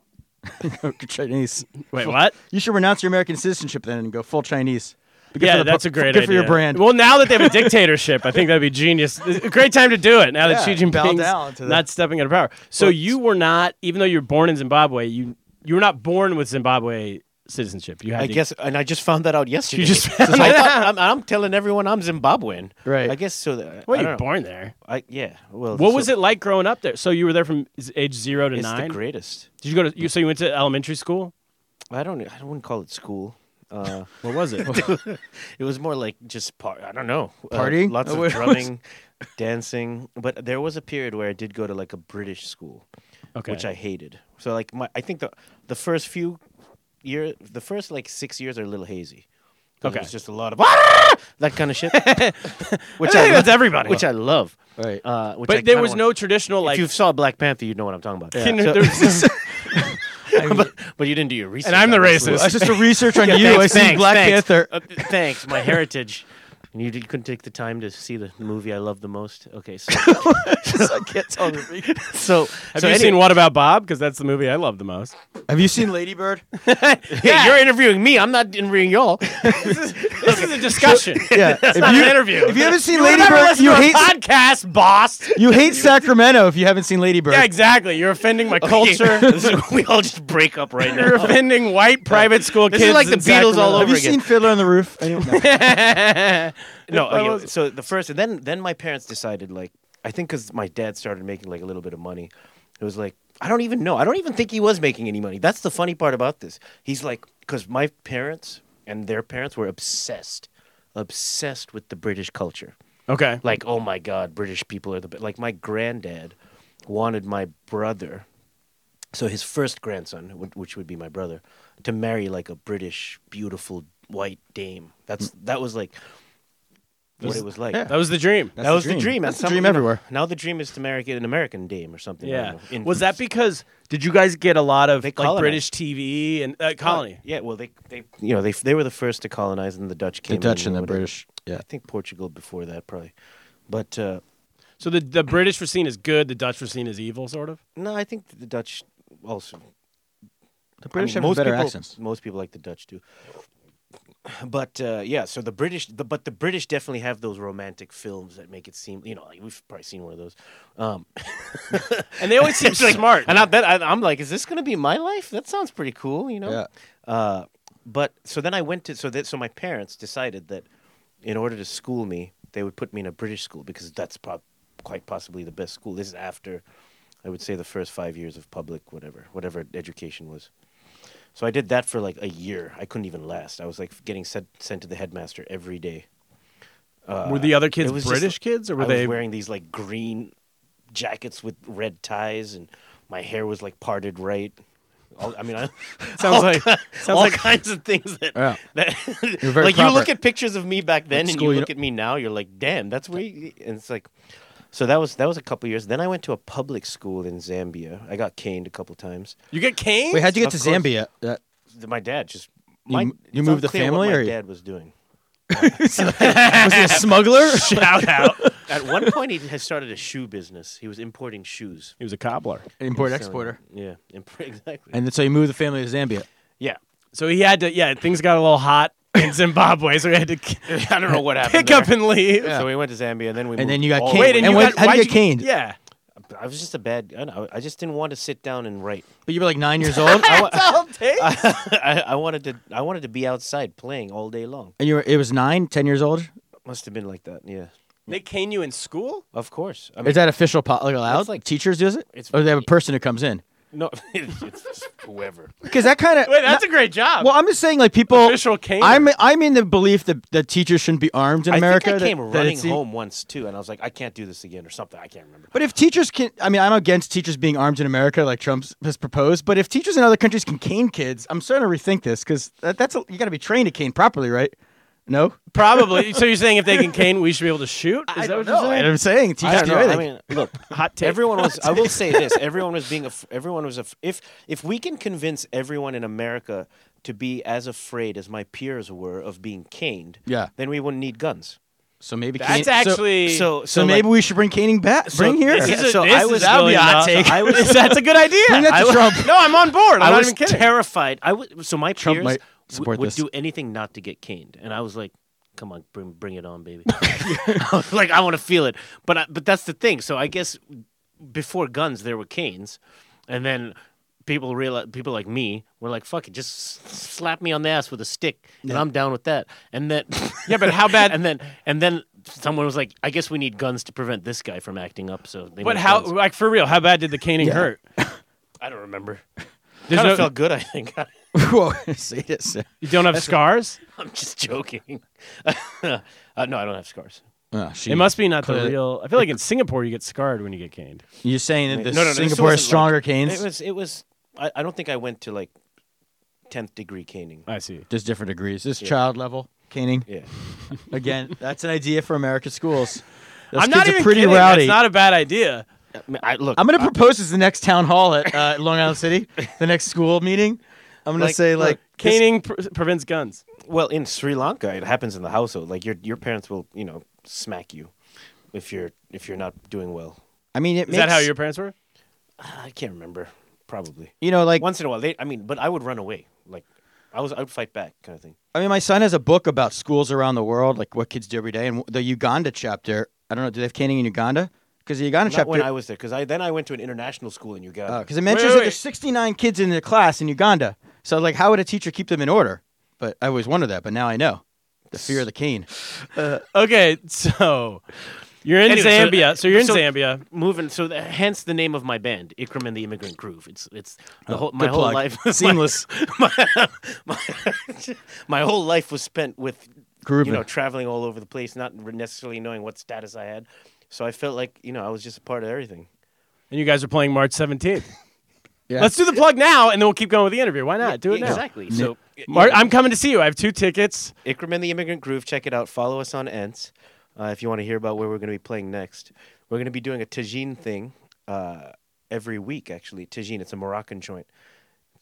S2: Go Chinese.
S1: Wait, what?
S2: You should renounce your American citizenship then and go full Chinese. Be good
S1: yeah,
S2: for the
S1: that's
S2: po-
S1: a great
S2: good
S1: idea.
S2: for your brand.
S1: Well, now that they have a dictatorship, I think that'd be genius. It's a great time to do it. Now that Xi
S2: Yeah, bow down
S1: Jinping's
S2: to the-
S1: not stepping out of power. So
S2: Well,
S1: you were not, even though you were born in Zimbabwe, you you were not born with Zimbabwe citizenship. You had
S4: I
S1: to-
S4: guess, and I just found that out yesterday.
S1: just
S4: So
S1: found
S4: I
S1: it
S4: thought- I'm, I'm telling everyone I'm Zimbabwean.
S2: Right.
S4: I guess so. That,
S1: Well,
S4: I
S1: you
S4: don't
S1: were
S4: know.
S1: born there.
S4: I, yeah. Well,
S1: What
S4: so
S1: was it like growing up there? So you were there from z- age zero to
S4: It's
S1: nine.
S4: the greatest.
S1: Did you go to? You, so you went to elementary school.
S4: I don't. I wouldn't call it school. Uh,
S1: What was it?
S4: it was more like just part. I don't know. Uh,
S2: Partying?
S4: lots
S2: What
S4: of
S2: was-
S4: drumming, dancing. But there was a period where I did go to like a British school,
S1: okay.
S4: which I hated. So like my, I think the the first few year, the first like six years are a little hazy. 'Cause
S1: Okay.
S4: It was just a lot of "Ah!" that kind of shit. which
S1: I think that's
S4: lo-
S1: everybody.
S4: Which I love.
S2: Right.
S4: Uh, which I
S1: but there
S4: kinda
S1: was
S4: wanna-
S1: no traditional like.
S4: if you saw Black Panther, you'd know what I'm talking about.
S1: kinder-
S4: So-
S1: there was this-
S4: but, but you didn't do your research.
S1: and I'm the
S4: obviously.
S1: racist.
S2: That's just a research on you. I
S4: Thanks,
S2: see
S4: thanks,
S2: Black
S4: thanks.
S2: Panther.
S4: Uh, thanks, my heritage. And you did, couldn't take the time to see the movie I love the most. Okay, so
S2: I can't tell the people.
S4: so
S1: Have
S4: so
S1: you
S4: any-
S1: seen What About Bob? Because that's the movie I love the most.
S2: Have you seen Lady Bird?
S4: Yeah, you're interviewing me. I'm not interviewing y'all.
S1: This is a discussion.
S2: Yeah. if
S1: not
S2: you,
S1: an interview.
S2: If you haven't seen
S1: You would
S2: Lady
S1: never
S2: Bird,
S1: listen
S2: you
S1: to a
S2: hate
S1: podcast, boss.
S2: you hate Sacramento. If you haven't seen Lady Bird,
S1: Yeah, exactly. You're offending my culture.
S4: This is- we all just break up right
S1: You're
S4: now.
S1: offending white private school
S4: This
S1: kids.
S4: is like the
S1: in
S4: Beatles all
S1: Sacramento.
S4: over
S2: Have you
S4: again.
S2: seen Fiddler on the Roof? Anyone? No.
S4: No,
S1: That
S4: okay,
S1: was-
S4: so the first, and then then my parents decided like I think because my dad started making like a little bit of money, it was like I don't even know. I don't even think he was making any money. That's the funny part about this. He's like because my parents and their parents were obsessed, obsessed with the British culture.
S1: Okay.
S4: Like oh my god, British people are the be-" like my granddad wanted my brother, so his first grandson, wh- which would be my brother, to marry like a British beautiful white dame. That's
S2: Mm.
S4: that was like. What it was like
S1: That was the dream.
S2: That's
S4: that
S2: the
S4: was
S2: dream.
S4: the dream.
S2: That's the
S4: some-
S2: dream
S4: you know,
S2: everywhere.
S4: now the dream is to marry get an American dame or something. I
S1: Yeah.
S4: don't know, in-
S1: was that because did you guys get a lot of
S4: They
S1: like
S4: colonized.
S1: British TV and uh, colony?
S4: Yeah. Well, they they you know they they were the first to colonize, and the Dutch
S2: Oh. the
S4: came.
S2: Dutch
S4: in
S2: and the
S4: whatever.
S2: British. Yeah.
S4: I think Portugal before that probably, but uh,
S1: So the the British were seen as good, the Dutch were seen as evil, sort of.
S4: no, I think the Dutch also.
S2: The British
S4: I mean,
S2: have
S4: most
S2: better
S4: people,
S2: accents.
S4: Most people like the Dutch do. but uh, yeah, so the British, the, but the British definitely have those romantic films that make it seem, you know, like, we've probably seen one of those. Um,
S1: And they always seem
S4: it's like-
S1: smart.
S4: And I bet I, I'm like, is this gonna be my life? That sounds pretty cool, you know.
S2: Yeah.
S4: Uh, but so then I went to so that so my parents decided that in order to school me, they would put me in a British school because that's prob- quite possibly the best school. This is after, I would say, the first five years of public whatever whatever education was. So I did that for like a year. I couldn't even last. I was like getting sent sent to the headmaster every day.
S1: were the other kids
S4: Uh, It was just
S1: British
S4: like-
S1: kids, or were
S4: I
S1: they?
S4: was wearing these like green jackets with red ties, and my hair was like parted right. All, I mean, I,
S1: sounds
S4: all
S1: like
S4: ki-
S1: sounds
S4: all
S1: like
S4: kinds of things that,
S2: Yeah.
S4: that
S2: You're very
S4: like you look
S2: proper.
S4: at pictures of me back then,
S2: At
S4: and
S2: school, you
S4: you look
S2: don't-
S4: at me now, you're like, damn, that's where. You, and it's like, so that was that was a couple years. Then I went to a public school in Zambia. I got caned a couple times.
S1: you get cane.
S2: Wait, how'd you get
S4: Of
S2: to
S4: course.
S2: Zambia? Uh,
S4: Th- My dad just
S2: You
S4: my,
S2: m- you
S4: it's
S2: moved the
S4: unclear
S2: family,
S4: What my
S2: or you-
S4: dad was doing.
S2: was he a smuggler?
S4: Shout out! At one point, he had started a shoe business. He was importing shoes.
S1: He was a cobbler,
S2: Import
S4: selling-
S2: exporter.
S4: Yeah, import- exactly.
S2: And then, so you moved the family to Zambia.
S4: yeah,
S1: so he had to. Yeah, things got a little hot in Zimbabwe, so he had to k-
S4: I don't know what happened.
S1: pick up
S4: there.
S1: and leave.
S4: So we went to Zambia, and then we
S2: And
S4: moved
S2: then you got
S4: all
S2: caned.
S4: the way-
S1: Wait, and,
S2: And
S1: you
S2: when-
S1: got,
S2: how'd you
S1: why'd
S2: get caned?
S1: Yeah,
S4: I was just a bad. I, don't know, I just didn't want to sit down and write.
S2: But you were like nine years old,
S4: I, wa-
S1: I'll take.
S4: I, I wanted to. I wanted to be outside playing all day long.
S2: and you were it was nine, ten years old.
S4: Must have been like that. Yeah,
S1: they cane you in school.
S4: of course. I mean,
S2: Is that official? Po- like allowed?
S4: It's like-
S2: teachers does it,
S4: it's-
S2: or they have a person who comes in.
S4: no, it's, it's whoever.
S2: Because that kind of
S1: Wait, that's a great job.
S2: Well, I'm just saying, like people.
S1: Official caner.
S2: I'm I'm in the belief that that teachers shouldn't be armed in
S4: I
S2: America.
S4: think I
S2: that-
S4: came
S2: that
S4: running
S2: it's e-
S4: home once too, and I was like, I can't do this again or something. I can't remember.
S2: But if teachers can, I mean, I'm against teachers being armed in America, like Trump has proposed. But if teachers in other countries can cane kids, I'm starting to rethink this because that, that's a, you got to be trained to cane properly, right? No,
S1: Probably. so you're saying if they can cane, we should be able to shoot? Is that what you're saying?
S2: I'm saying teachers
S4: I don't
S2: do
S4: know. I
S2: anything.
S4: mean, look,
S1: Hot take.
S4: Everyone was. I will say this: everyone was being. Af- everyone was. Af- if if we can convince everyone in America to be as afraid as my peers were of being caned,
S2: Yeah.
S4: then we wouldn't need guns.
S2: so maybe cane-
S1: That's
S2: so-
S1: actually
S4: So, so,
S2: So, maybe
S4: like,
S2: we should bring caning back. Bring here.
S1: This is
S4: Yeah,
S1: a,
S4: so
S1: this
S4: I
S1: is-
S4: was-
S1: that'll be a hot
S4: so
S1: take.
S4: I was-
S1: that's a good idea.
S2: Bring that to
S1: I was-
S2: Trump.
S1: No, Oh, I'm on board. I'm
S4: I
S1: not
S4: was
S1: even kidding.
S4: terrified. I w- so my
S2: Trump
S4: peers
S2: might
S4: w-
S2: support
S4: would
S2: this.
S4: do anything not to get caned, and I was like, "Come on, bring bring it on, baby!" like I want to feel it. But I, but that's the thing. So I guess before guns there were canes, and then people realize people like me were like, "Fuck it, just s- slap me on the ass with a stick, and I'm down with that." And then
S1: Yeah, but how bad-
S4: And then and then someone was like, "I guess we need guns to prevent this guy from acting up." So they
S1: but
S4: made
S1: how,
S4: guns.
S1: like for real, how bad did the caning hurt?
S4: I don't remember.
S1: There's
S4: Kind
S1: no,
S4: of felt good, I think.
S2: Whoa, say this.
S1: you don't have scars.
S4: I'm just joking. uh, no, I don't have scars.
S2: Oh, she,
S1: It must be not the
S2: Clearly-
S1: real. I feel like in Singapore you get scarred when you get caned.
S2: You're saying that the
S4: no, no, no, this
S2: Singapore is
S4: wasn't like-
S2: stronger canes,
S4: It was. It was. I, I don't think I went to like tenth degree caning.
S1: I see.
S2: just different degrees. This child level caning.
S4: Yeah.
S2: Again, that's an idea for American schools. Those
S1: I'm
S2: kids
S1: not
S2: are
S1: even
S2: pretty
S1: kidding.
S2: rowdy.
S1: That's not a bad idea.
S4: I mean, I- look.
S2: I'm going to propose this the next town hall at uh, Long Island City, the next school meeting. I'm going to
S4: Like,
S2: say
S4: look,
S2: like this-
S1: Caning pre- prevents guns.
S4: well, in Sri Lanka, it happens in the household. Like your your parents will, you know, smack you if you're if you're not doing well.
S2: I mean, it
S1: Is
S2: makes
S1: that how your parents were?
S4: I can't remember. Probably
S2: you know like
S4: once in a while. They. I mean, but I would run away. Like I was. I would fight back, kind of thing.
S2: I mean, my son has a book about schools around the world, like what kids do every day, and the Uganda chapter. I don't know. Do they have caning in Uganda? Because the Uganda
S4: Not
S2: chapter. Ah,
S4: when I was there, because I then I went to an international school in Uganda.
S2: Because it mentions
S1: wait,
S2: that
S1: wait.
S2: there's 69 kids in the class in Uganda. So, like, how would a teacher keep them in order? But I always wondered that, but now I know. The fear of the cane.
S1: Okay, so you're in
S4: Anyway, so-
S1: Zambia. So, you're in
S4: so-
S1: Zambia.
S4: moving. So the, hence the name of my band, Ikram and the Immigrant Groove. It's it's the whole my
S2: Uh, Good
S4: whole
S2: plug.
S4: life
S2: Seamless.
S4: My, my, my whole life was spent with
S2: Grooving.
S4: you know traveling all over the place, not necessarily knowing what status I had. So I felt like you know I was just a part of everything.
S1: And you guys are playing March 17th.
S2: Yeah.
S1: Let's do the plug now, and then we'll keep going with the interview. Why not? Do it now.
S4: E, exactly. So
S1: Mar- I'm coming to see you. I have two tickets.
S4: Ikram and the Immigrant Groove. Check it out. Follow us on Ents uh, if you want to hear about where we're going to be playing next. We're going to be doing a tagine thing uh, every week, actually. Tagine, it's a Moroccan joint.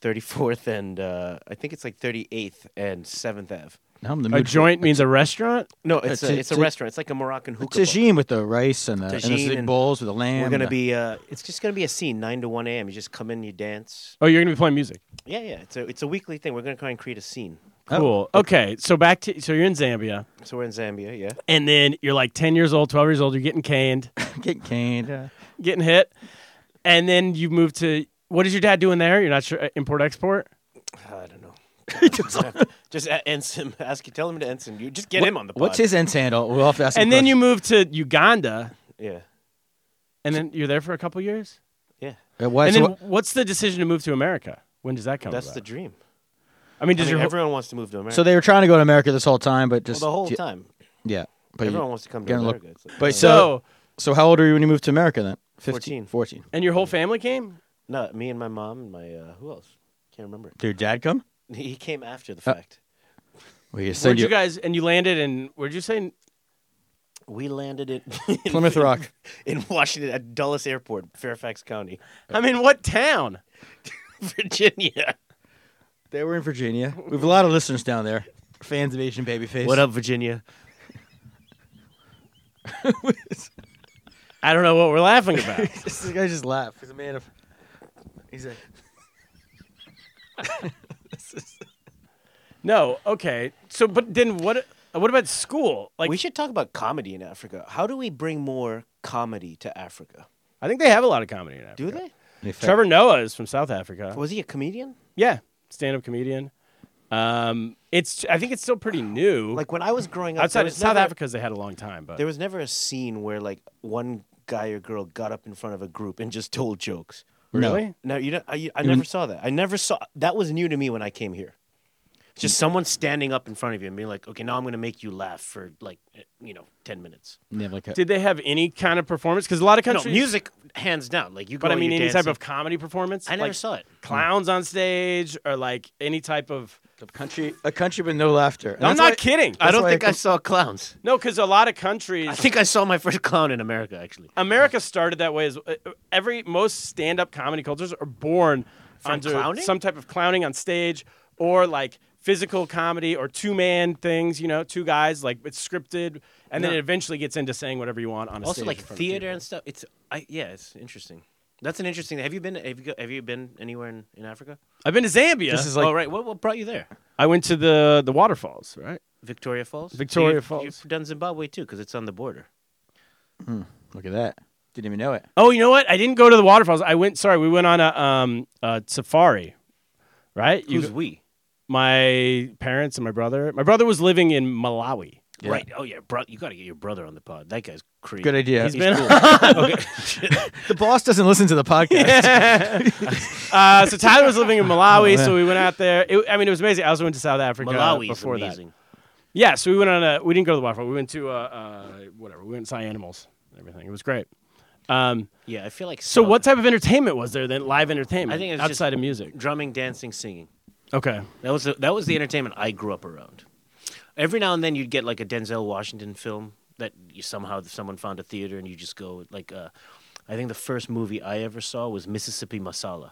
S4: 34th and uh, I think it's like 38th and 7th Ave.
S2: now I'm in the
S1: A
S2: mood for
S1: joint means a restaurant.
S4: No, it's
S2: ta-
S4: a, it's a
S2: ta-
S4: restaurant. It's like a Moroccan
S2: a
S4: hookah. bar.
S2: Tagine with the rice and the, and
S4: Tagine
S2: the big
S4: and-
S2: bowls with the lamb.
S4: We're
S2: and
S4: gonna
S2: the-
S4: be. Uh, it's just gonna be a scene, nine to one a.m. You just come in, you dance.
S1: Oh, you're gonna be playing music.
S4: Yeah, yeah. It's a it's a weekly thing. We're gonna try and create a scene.
S2: Oh.
S1: Cool. Okay, so back to so you're in Zambia,
S4: So we're in Zambia, yeah.
S1: and then you're like ten years old, twelve years old. You're getting caned,
S2: Get caned. uh,
S1: getting hit, and then you move to what is your dad doing there? You're not sure uh, import export.
S4: I don't know. just uh, just a- ensign, ask you, tell him to ensign you. Just get him on the. Pod.
S2: What's his end handle? We'll have to ask. him
S1: And then you
S2: questions.
S1: move to Uganda,
S4: Yeah,
S1: and then you're there for a couple years.
S4: yeah.
S2: Uh, what-
S1: and
S2: so
S1: then
S2: what-
S1: what's the decision to move to America? When does that come?
S4: That's the
S1: about?
S4: dream.
S1: I mean,
S4: I
S1: does
S4: mean,
S1: your whole-
S4: everyone wants to move to America.
S2: so they were trying to go to America this whole time, but
S4: well,
S2: just
S4: the whole
S2: yeah,
S4: time.
S2: Yeah, but you-
S4: Everyone wants to come to
S2: gonna look-
S4: America. It's like,
S2: But
S4: uh,
S2: so,
S1: so
S2: so how old are you when you moved to America then? 15,
S4: 14.
S2: 14.
S1: and your whole family came?
S4: no, me and my mom and my uh, who else? Can't remember.
S2: Did your dad come?
S4: He came after the
S2: Uh,
S4: fact.
S2: We just
S1: Where'd
S2: send
S1: you,
S2: you,
S1: guys and you landed in where'd you say
S4: We landed it in,
S2: Plymouth Rock.
S4: in Washington at Dulles Airport, Fairfax County,
S2: Uh,
S1: I mean what town?
S4: Virginia.
S2: They were in Virginia. We have a lot of listeners down there. Fans of Asian Babyface.
S4: What up, Virginia?
S1: I don't know what we're laughing about.
S2: this guy just laughed. He's a man of. He's like,
S1: no, okay. So but then what what about school? Like
S4: we should talk about comedy in Africa. How do we bring more comedy to Africa?
S1: I think they have a lot of comedy in Africa.
S4: Do they?
S1: Trevor Noah is from South Africa.
S4: Was he a comedian?
S1: Yeah, stand-up comedian. Um, it's I think it's still pretty new.
S4: Like when I was growing up, there
S1: outside of
S4: was
S1: South
S4: never-
S1: Africa's they had a long time, but
S4: there was never a scene where like one guy or girl got up in front of a group and just told jokes.
S1: really?
S4: No, you don't. I, I never saw that. I never saw that. Was new to me when I came here. Just
S1: Mm.
S4: someone standing up in front of you and being like, "Okay, now I'm going to make you laugh for like, eh, you know, ten minutes."
S2: No. Yeah, like a-
S1: Did they have any kind of performance? Because a lot of
S4: No,
S1: countries,
S4: music, hands down. Like you. Go
S1: but I
S4: and
S1: mean
S4: you're
S1: any type
S4: dancing.
S1: of comedy performance.
S4: I never
S1: like
S4: saw it. Hmm.
S1: clowns on stage or like any type of.
S2: country, a country with no laughter. And
S1: I'm
S2: that's
S1: not
S2: why-
S1: kidding.
S4: I don't
S2: why I
S4: think I
S2: com-
S4: saw clowns.
S1: No, because a lot of
S4: I
S1: countries,
S4: think I saw my first clown in America. Actually,
S1: America started that way. As uh, every most stand-up comedy cultures are born
S4: From
S1: onto
S4: clowning?
S1: some type of clowning on stage or like physical comedy or two-man things. You know, two guys like it's scripted, and then it eventually gets into saying whatever you want on a
S4: also
S1: stage
S4: like
S1: in front of people.
S4: theater and stuff. It's, I yeah, it's interesting. That's an interesting. Have you been? Have you, go- have you been anywhere in, in Africa?
S1: I've been to Zambia.
S2: This is like
S4: oh right. What what brought you there?
S1: I went to the the waterfalls, right?
S4: Victoria Falls. So
S1: Victoria
S4: you've-
S1: Falls.
S4: You've done Zimbabwe too because it's on the border.
S2: Look at that. Didn't even know it.
S1: Oh, you know what? I didn't go to the waterfalls. I went. Sorry, we went on a um a safari, right? You
S4: Who's
S1: go-
S4: we?
S1: my parents and my brother. My brother was living in Malawi.
S4: Right. Oh yeah, bro. You got to get your brother on the pod. That guy's crazy.
S2: Good idea.
S1: He's been
S2: the boss doesn't listen to the podcast.
S1: uh, so Tyler was living in Malawi, so we went out there. It, I mean, it was amazing. I also went to South Africa
S4: Malawi's
S1: before
S4: amazing.
S1: that. Yeah, so we went on a. We didn't go to the waterfall. We went to uh, uh whatever. We went and saw animals. and Everything. It was great. Um,
S4: Yeah, I feel like
S1: so
S4: South-
S1: what type of entertainment was there then? Live entertainment.
S4: Uh, I think it was
S1: outside
S4: just-
S1: of music.
S4: Drumming, dancing, singing.
S1: Okay.
S4: That was the, that was the entertainment I grew up around. Every now and then you'd get like a Denzel Washington film that you somehow someone found a theater and you just go like uh, I think the first movie I ever saw was Mississippi Masala.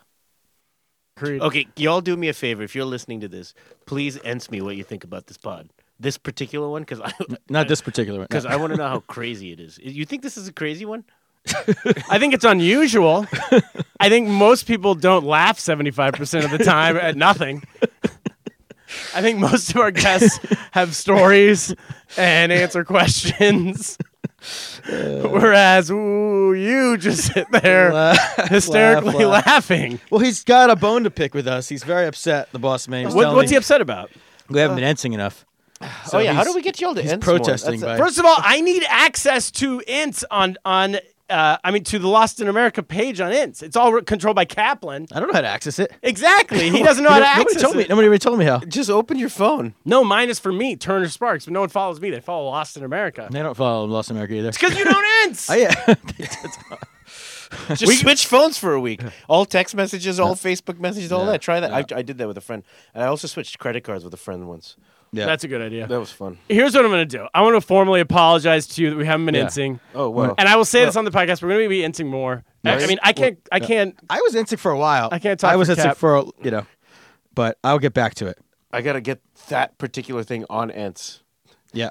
S1: Creed.
S4: Okay, y'all do me a favor if you're listening to this, please ents me what you think about this pod. This particular one cuz I
S2: Not this particular one.
S4: cuz
S2: No.
S4: I want to know how crazy it is. You think this is a crazy one?
S1: I think it's unusual. I think most people don't laugh 75% of the time at nothing. I think most of our guests have stories and answer questions. Whereas ooh, you just sit there
S2: Laugh,
S1: hysterically
S2: laugh, laugh.
S1: laughing.
S2: Well, he's got a bone to pick with us. He's very upset. The boss man. was
S1: What,
S2: telling
S1: what's Uh. he
S2: me
S1: upset about?
S2: we haven't been dancing enough. So
S4: oh yeah, how
S2: he's-
S4: do we get y'all to
S2: He's
S4: ents more?
S2: protesting.
S4: That's a-
S2: By,
S1: First of all, I need access to Ints on on. Uh, I mean, to the Lost in America page on Ints. It's all re- controlled by Kaplan.
S2: I don't know how to access it.
S1: Exactly. He doesn't know how to
S2: Nobody
S1: access
S2: told
S1: it.
S2: me. Nobody ever told me how.
S4: Just open your phone.
S1: No, mine is for me, Turner Sparks, but no one follows me. They follow Lost in America.
S2: They don't follow Lost America either.
S1: Because you don't ends.
S2: Oh, yeah.
S4: Just switch phones for a week. All text messages, all Facebook messages, all that. Try that. I, I did that with a friend, and I also switched credit cards with a friend once.
S2: yeah.
S1: That's a good idea.
S4: That was fun.
S1: Here's what I'm going to do. I want to formally apologize to you that we haven't been
S2: Yeah.
S1: insing.
S4: Oh wow.
S1: And I will say this on the podcast. We're going to be insing more. I- I,
S2: Nice.
S1: mean, I can't. I can't.
S2: I was insick for a while.
S1: I can't talk
S2: I was
S1: for
S2: insick
S1: Cap.
S2: for a, you know, but I'll get back to it.
S4: I gotta get that particular thing on Ents.
S2: Yeah.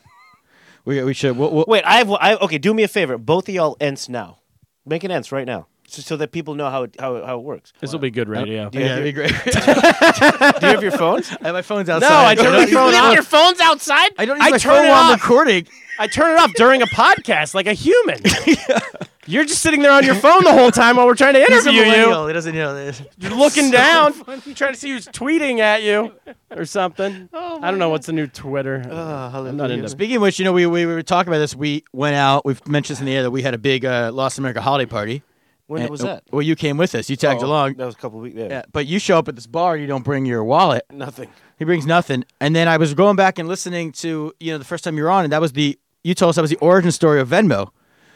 S2: We, we should. We'll, we'll,
S4: Wait, I have. I okay. Do me a favor. Both of y'all Ents now. Make an Ents right now. so, so that people know how it how, it- how it works.
S1: This will be good radio.
S4: Do you, have
S2: that'd
S4: your,
S2: be great.
S4: do you have your phones?
S2: I have my phone's outside.
S1: I turned my
S2: don't
S1: phone
S2: use-
S1: off.
S4: your phones outside?
S2: I don't use
S1: I
S2: my
S1: turn
S2: phone
S1: it
S2: while I'm
S1: off.
S2: recording.
S1: I turn it off during a podcast like a human. You're just sitting there on your phone the whole time while we're trying to
S2: He's a
S1: interview you.
S2: millennial. He doesn't know this.
S1: You're looking down, trying to see who's tweeting at you or something.
S2: Oh,
S1: I don't know what's the new Twitter.
S4: Uh,
S1: I'm not into
S2: Speaking of which, you know, we, we were talking about this. We went out. We've mentioned this in the air that we had a big uh, Lost America holiday party.
S4: When
S2: And-
S4: was that? Oh.
S2: Well, you came with us. You tagged along.
S4: That was a couple weeks. Yeah.
S2: Yeah, but you show up at this bar and you don't bring your wallet.
S4: Nothing.
S2: He brings nothing. And then I was going back and listening to you know the first time you were on, and that was the you told us that was the origin story of Venmo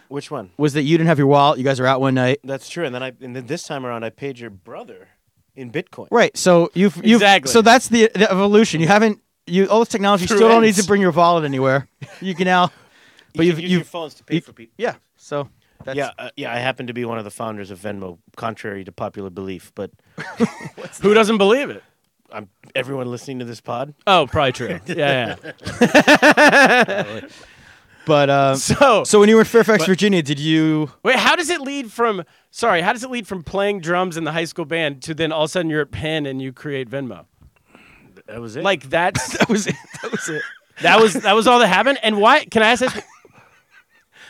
S4: Which one?
S2: was that you didn't have your wallet. You guys were out one night.
S4: That's true. And then I and then this time around I paid your brother in Bitcoin.
S2: Right. So you've, you've
S1: Exactly.
S2: So that's the, the evolution. You haven't you all this technology. You still don't need
S4: ends.
S2: to bring your wallet anywhere. You can now. But
S4: you
S2: you've
S4: can use
S2: you've
S4: your phones to pay
S2: you-
S4: for people.
S2: yeah. So that's,
S4: Yeah, uh, yeah. I happen to be one of the founders of Venmo, contrary to popular belief. But
S1: Who doesn't believe it?
S4: I'm everyone listening to this pod.
S1: Oh, probably true. Yeah. yeah.
S2: But um, so,
S1: So,
S2: when you were in Fairfax, Virginia, did you?
S1: wait, how does it lead from sorry, how does it lead from playing drums in the high school band to then all of a sudden you're at Penn and you create Venmo?
S4: That was it.
S1: Like that's
S2: That was it. That was it.
S1: that was that was all that happened. And why can I ask this?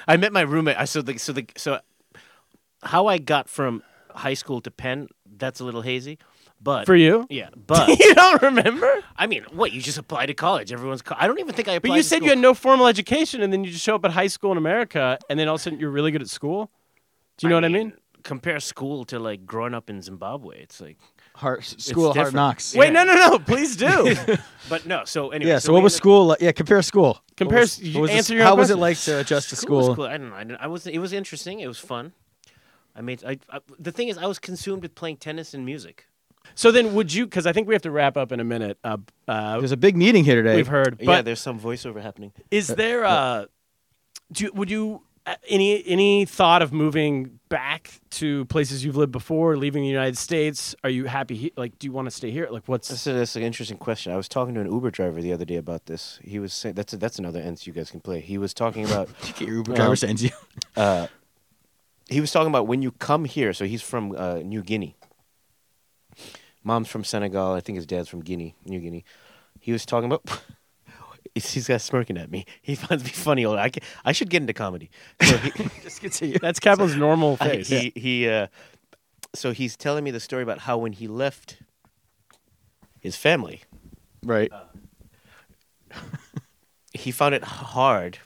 S4: I met my roommate. I so the so the so how I got from high school to Penn. That's a little hazy, but
S1: For you?
S4: yeah. But
S1: you don't remember?
S4: I mean, what you just apply to college? Everyone's. Co- I don't even think I applied.
S1: But you
S4: to
S1: said you
S4: school.
S1: had no formal education, and then you just show up at high school in America, and then all of a sudden you're really good at school. Do you know what I mean?
S4: Compare school to like growing up in Zimbabwe. It's like,
S2: Hard, school hard
S4: different.
S2: knocks.
S1: Wait, no, no, no. Please do.
S4: but no. So anyway.
S2: Yeah. So, what
S4: we
S2: was
S4: ended-
S2: school? like? Yeah. Compare school.
S1: Compare.
S4: was-
S1: you
S2: What was the-
S1: answer your
S2: how
S1: own
S2: was it
S1: question.
S2: like to adjust to
S4: was
S2: school?
S4: cool. I don't know. I, didn't- I was. It was interesting. It was fun. I made. I, I the thing is, I was consumed with playing tennis and music.
S1: So then, would you? Because I think we have to wrap up in a minute. Uh, uh,
S2: There's a big meeting here today.
S1: we've heard. But
S4: yeah, there's some voiceover happening.
S1: is there? Uh, do you- would you? uh, Any any thought of moving back to places you've lived before, leaving the United States? Are you happy? He- like, do you want to stay here? Like, what's
S4: That's, a, that's an interesting question. I was talking to an Uber driver the other day about this. He was saying that's a, that's another ends you guys can play. He was talking about
S2: Get your Uber driver sends you.
S4: he was talking about when you come here. So he's from uh, New Guinea. Mom's from Senegal. I think his dad's from Guinea, New Guinea. He was talking about. He's he's got smirking at me. He finds me funny. Old. I, can, I should get into comedy. So he-
S2: Just continue.
S1: that's Kaplan's normal
S4: I-
S1: face.
S4: he he uh, so he's telling me the story about how when he left his family
S2: Right.
S4: he found it hard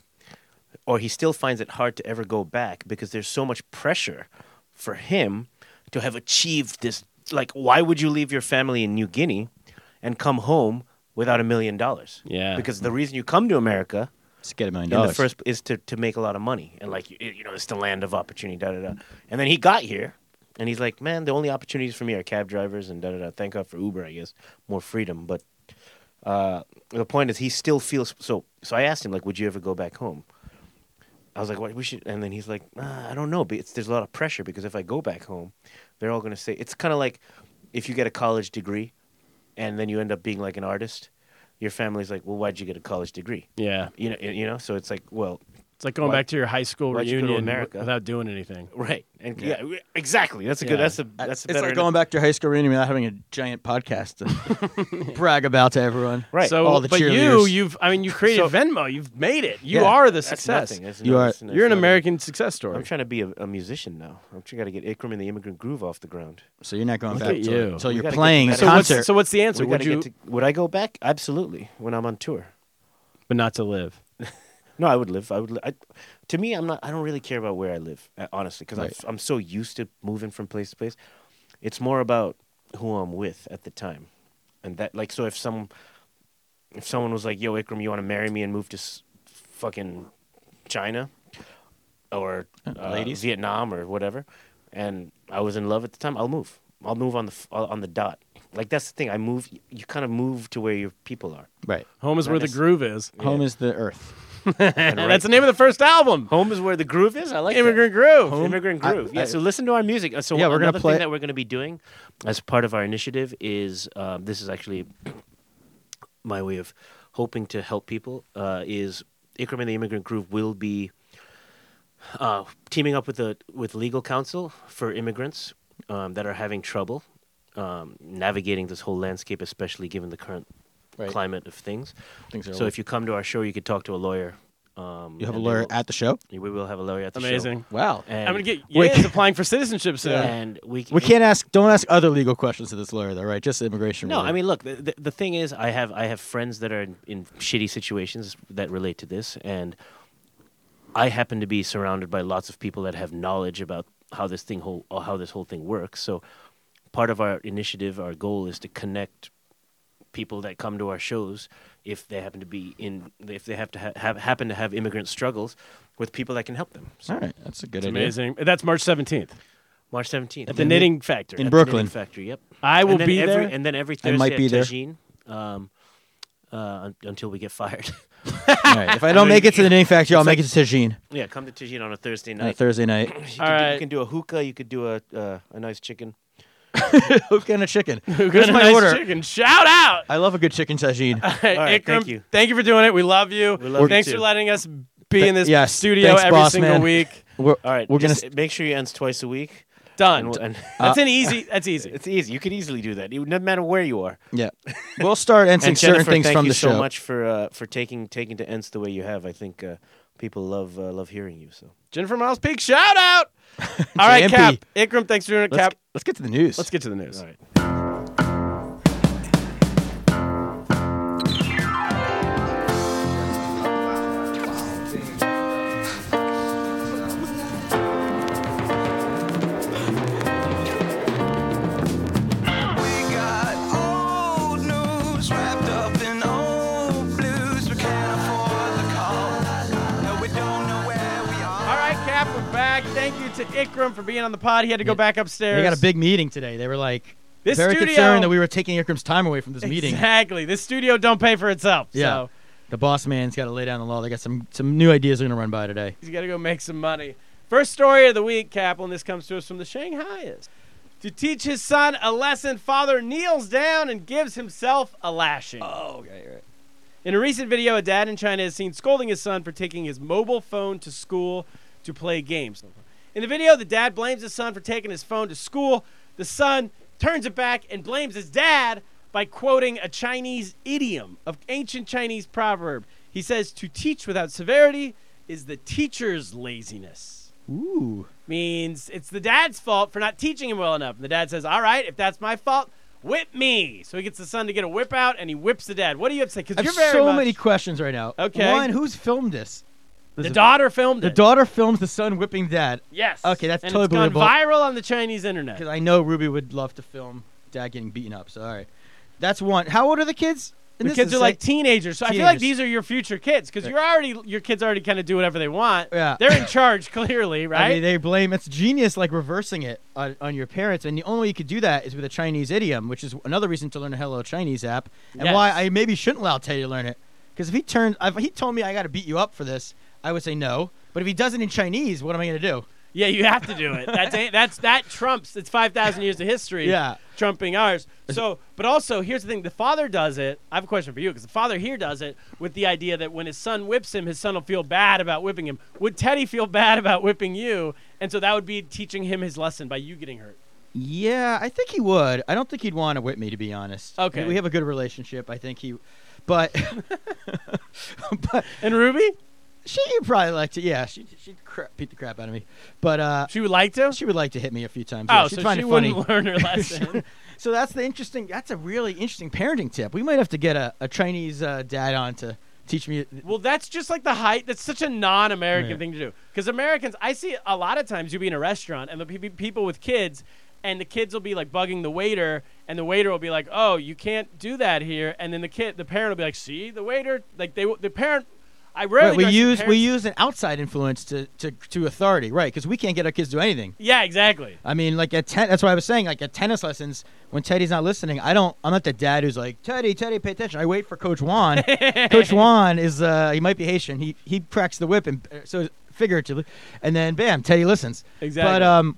S4: or he still finds it hard to ever go back because there's so much pressure for him to have achieved this like why would you leave your family in new guinea and come home without a million dollars
S1: Yeah.
S4: because the reason you come to america
S2: Just get a million
S4: in
S2: dollars.
S4: the first is to, to make a lot of money and like you, you know it's the land of opportunity da da da and then he got here and he's like man the only opportunities for me are cab drivers and da da da thank god for uber i guess more freedom but uh, the point is he still feels so so i asked him like would you ever go back home i was like what we should and then he's like ah, i don't know but it's, there's a lot of pressure because if i go back home they're all going to say it's kind of like if you get a college degree and then you end up being like an artist your family's like well why'd you get a college degree
S1: yeah.
S4: you know, you know. So it's like, well,
S1: It's like going
S4: Why-
S1: back to your high school
S4: why'd you go to
S1: reunion w-
S4: America?
S1: without doing anything.
S4: right, and yeah, exactly. That's a good.
S1: Yeah.
S4: That's a that's a
S2: Uh, it's
S4: better.
S2: like going back to your high school reunion without having a giant podcast to brag about to everyone.
S4: Right.
S1: So,
S2: All the
S1: but you,
S2: cheerleaders.
S1: you've, I mean, you created Venmo. You've made it. You
S2: Yeah.
S1: are the
S4: That's
S1: success.
S4: nothing. That's
S2: You
S4: no-
S2: are-
S4: that's no-
S1: You're an
S4: that's not-
S1: American success story.
S4: I'm trying to be a, a musician now. I'm trying to get Ikram and the Immigrant Groove off the ground.
S2: So you're not going
S1: Look
S2: back
S1: at
S2: till,
S1: you.
S2: till
S1: We
S2: you're
S4: gotta get
S2: playing a
S4: better.
S1: so,
S2: concert.
S1: what's, so what's the answer?
S4: We
S1: Would
S4: gotta
S1: you,
S4: get to- would I go back? Absolutely. When I'm on tour.
S1: but not to live?
S4: No, I would live. I would. Li- I, to me, I'm not. I don't really care about where I live, uh, honestly, because
S2: Right.
S4: I'm, I'm so used to moving from place to place. It's more about who I'm with at the time, and that like so if some if someone was like, "Yo, Ikram, you want to marry me and move to s- fucking China or uh,
S2: ladies.
S4: Vietnam or whatever," and I was in love at the time, I'll move. I'll move on the f- uh, on the dot. Like that's the thing. I move. You kind of move to where your people are.
S2: right.
S1: Home is where the
S4: Nice.
S1: groove is.
S2: Home is the earth.
S4: And
S1: And
S4: right-
S1: that's the name of the first album,
S4: Home is where the groove is. I like that.
S1: Immigrant Groove.
S4: Immigrant
S2: I-
S4: Groove. yeah.
S2: I-
S4: so listen to our music. Uh, So
S2: Yeah, we're gonna
S4: another
S2: play-
S4: thing that we're going to be doing as part of our initiative is um, this is actually my way of hoping to help people. Uh, is Ikram and the Immigrant Groove will be uh, teaming up with the with legal counsel for immigrants um, that are having trouble um, navigating this whole landscape, especially given the current
S2: Right.
S4: climate of things.
S2: Things are
S4: so if you come to our show, you could talk to a lawyer. Um,
S2: You have a
S4: and they
S2: lawyer at the show.
S4: will- we will have a lawyer at the
S1: Amazing.
S4: show.
S2: Wow.
S4: And
S1: I'm gonna get
S2: Wait.
S1: Yates applying for citizenship soon.
S4: and we
S2: We can't ask. Don't ask other legal questions to this lawyer, though, right? Just immigration.
S4: No,
S2: related.
S4: I mean, look. The, the, the thing is, I have I have friends that are in, in shitty situations that relate to this, and I happen to be surrounded by lots of people that have knowledge about how this thing whole uh, how this whole thing works. So, part of our initiative, our goal is to connect people that come to our shows if they happen to be in if they have to ha- have happen to have immigrant struggles with people that can help them. So,
S2: all right, that's a good
S1: It's
S2: idea.
S1: amazing. That's March 17th
S4: March seventeenth
S1: at the Knitting Factory.
S2: In
S4: at the Knitting
S2: Brooklyn.
S4: Factory. Yep.
S1: I will
S4: and then
S1: be
S4: every,
S1: there.
S4: And then every
S2: I
S4: Thursday
S2: might be
S4: at
S2: there.
S4: Tajin, um, uh, un- until we get fired.
S2: All right, if I don't make it to the knitting factory, I'll make it to Tajin
S4: yeah, come to Tajin on a Thursday
S2: on a
S4: night.
S2: Thursday night.
S4: you,
S1: All
S4: can do,
S1: right.
S4: you can do a hookah. You could do a uh, a nice chicken.
S2: Hook and a chicken.
S1: Good
S2: Here's my
S1: nice
S2: order.
S1: chicken. Shout out.
S2: I love a good chicken Tajin.
S1: Hey,
S4: right,
S1: Ikram,
S4: thank you.
S1: for doing it. We love you.
S4: love you
S1: thanks
S4: too.
S1: for letting us be in this
S2: Yes,
S1: studio
S2: thanks,
S1: every
S2: boss,
S1: single
S2: man.
S1: week.
S2: We're,
S4: All right,
S2: We're gonna. Uh,
S4: just make sure you ends twice a week.
S1: Done.
S4: And, we'll- and
S1: that's an easy. That's easy.
S4: it's easy. You could easily do that. It would- no matter where you are.
S2: yeah, we'll start answering
S4: And
S2: certain
S4: Jennifer,
S2: things
S4: thank
S2: from
S4: you
S2: the show.
S4: so much for uh, for taking taking to ends the way you have. I think uh, people love uh, love hearing you. So
S1: Jennifer Miles Peak. Shout out. All right,
S2: JMP.
S1: Cap. Ikram, thanks for doing it.
S2: Let's,
S1: Cap.
S2: let's get to the news.
S1: Let's get to the news.
S4: all right.
S3: We got old news wrapped up in old blues. We can't afford the call. No, we don't know where we are.
S1: All right, Cap, we're back. Thank you to Ikram for being on the pod. He had to go back upstairs.
S2: They got a big meeting today. They were like
S1: This
S2: very
S1: studio-
S2: concerned that we were taking Ikram's time away from this meeting.
S1: Exactly. This studio don't pay for itself.
S2: Yeah.
S1: So
S2: The boss man's got to lay down the law. They got some some new ideas they're gonna run by today.
S1: he's got to go make some money. First story of the week, Cap, and this comes to us from the Shanghaiist. To teach his son a lesson, father kneels down and gives himself a lashing.
S2: Oh, okay, right.
S1: In a recent video, a dad in China is seen scolding his son for taking his mobile phone to school to play games. In the video, the dad blames his son for taking his phone to school. The son turns it back and blames his dad by quoting a Chinese idiom, of ancient Chinese proverb. He says, "To teach without severity is the teacher's laziness."
S2: Ooh.
S1: Means it's the dad's fault for not teaching him well enough. And the dad says, "All right, if that's my fault, whip me." So he gets the son to get a whip out, and he whips the dad. What do you have to say?
S2: I
S1: Because
S2: have
S1: you're very
S2: so
S1: much-
S2: many questions right now.
S1: Okay.
S2: One, who's filmed this?
S1: the
S2: a-
S1: daughter filmed
S2: The
S1: it.
S2: daughter films the son whipping dad.
S1: yes.
S2: Okay, that's
S1: and
S2: totally
S1: it's gone
S2: believable.
S1: viral on the Chinese internet.
S2: Because I know Ruby would love to film dad getting beaten up. So all right, that's one. How old are the kids? in
S1: The
S2: this?
S1: kids
S2: The
S1: are like
S2: sec-
S1: teenagers, so I feel like
S2: Teenagers.
S1: these are your future kids because you're already your kids already kind of do whatever they want.
S2: Yeah.
S1: They're in charge clearly, right?
S2: I mean, they blame. It's genius, like reversing it on, on your parents. And the only way you could do that is with a Chinese idiom, which is another reason to learn a Hello Chinese app, and
S1: Yes.
S2: why I maybe shouldn't allow Teddy to learn it. Because if he turned, if he told me I got to beat you up for this, I would say no. But if he does it in Chinese, what am I going to do?
S1: yeah, you have to do it. That's a- that's that trumps. It's five thousand years of history.
S2: Yeah.
S1: trumping ours. So, but also here's the thing: the father does it. I have a question for you because the father here does it with the idea that when his son whips him, his son will feel bad about whipping him. Would Teddy feel bad about whipping you? And so that would be teaching him his lesson by you getting hurt.
S2: Yeah, I think he would. I don't think he'd want to whip me, to be honest.
S1: Okay.
S2: we, we have a good relationship. I think he, but, but
S1: And Ruby,
S2: she probably liked it. Yeah, she she cra- beat the crap out of me, but uh,
S1: she would like to.
S2: she would like to hit me a few times. Yeah,
S1: oh,
S2: she'd
S1: so
S2: find
S1: she
S2: it funny.
S1: wouldn't learn her lesson.
S2: So that's the interesting. That's a really interesting parenting tip. We might have to get a, a Chinese uh, dad on to teach me.
S1: Well, that's just like the height. That's such a non-American
S2: Yeah.
S1: thing to do. Because Americans, I see a lot of times you'll be in a restaurant and there'll be people with kids, and the kids will be like bugging the waiter, and the waiter will be like, "Oh, you can't do that here," and then the kid, the parent will be like, "See, the waiter, like they, the parent." I rarely
S2: Right, we
S1: do I see
S2: use we
S1: parents-
S2: use an outside influence to to, to authority, right? Because we can't get our kids to do anything.
S1: Yeah, exactly.
S2: I mean, like at ten, that's what I was saying. Like at tennis lessons, when Teddy's not listening, I don't. I'm not the dad who's like, Teddy, Teddy, pay attention. I wait for Coach Juan. Coach Juan is uh, he might be Haitian. He he cracks the whip and uh, so figuratively, and then bam, Teddy listens. But
S1: Exactly.
S2: um,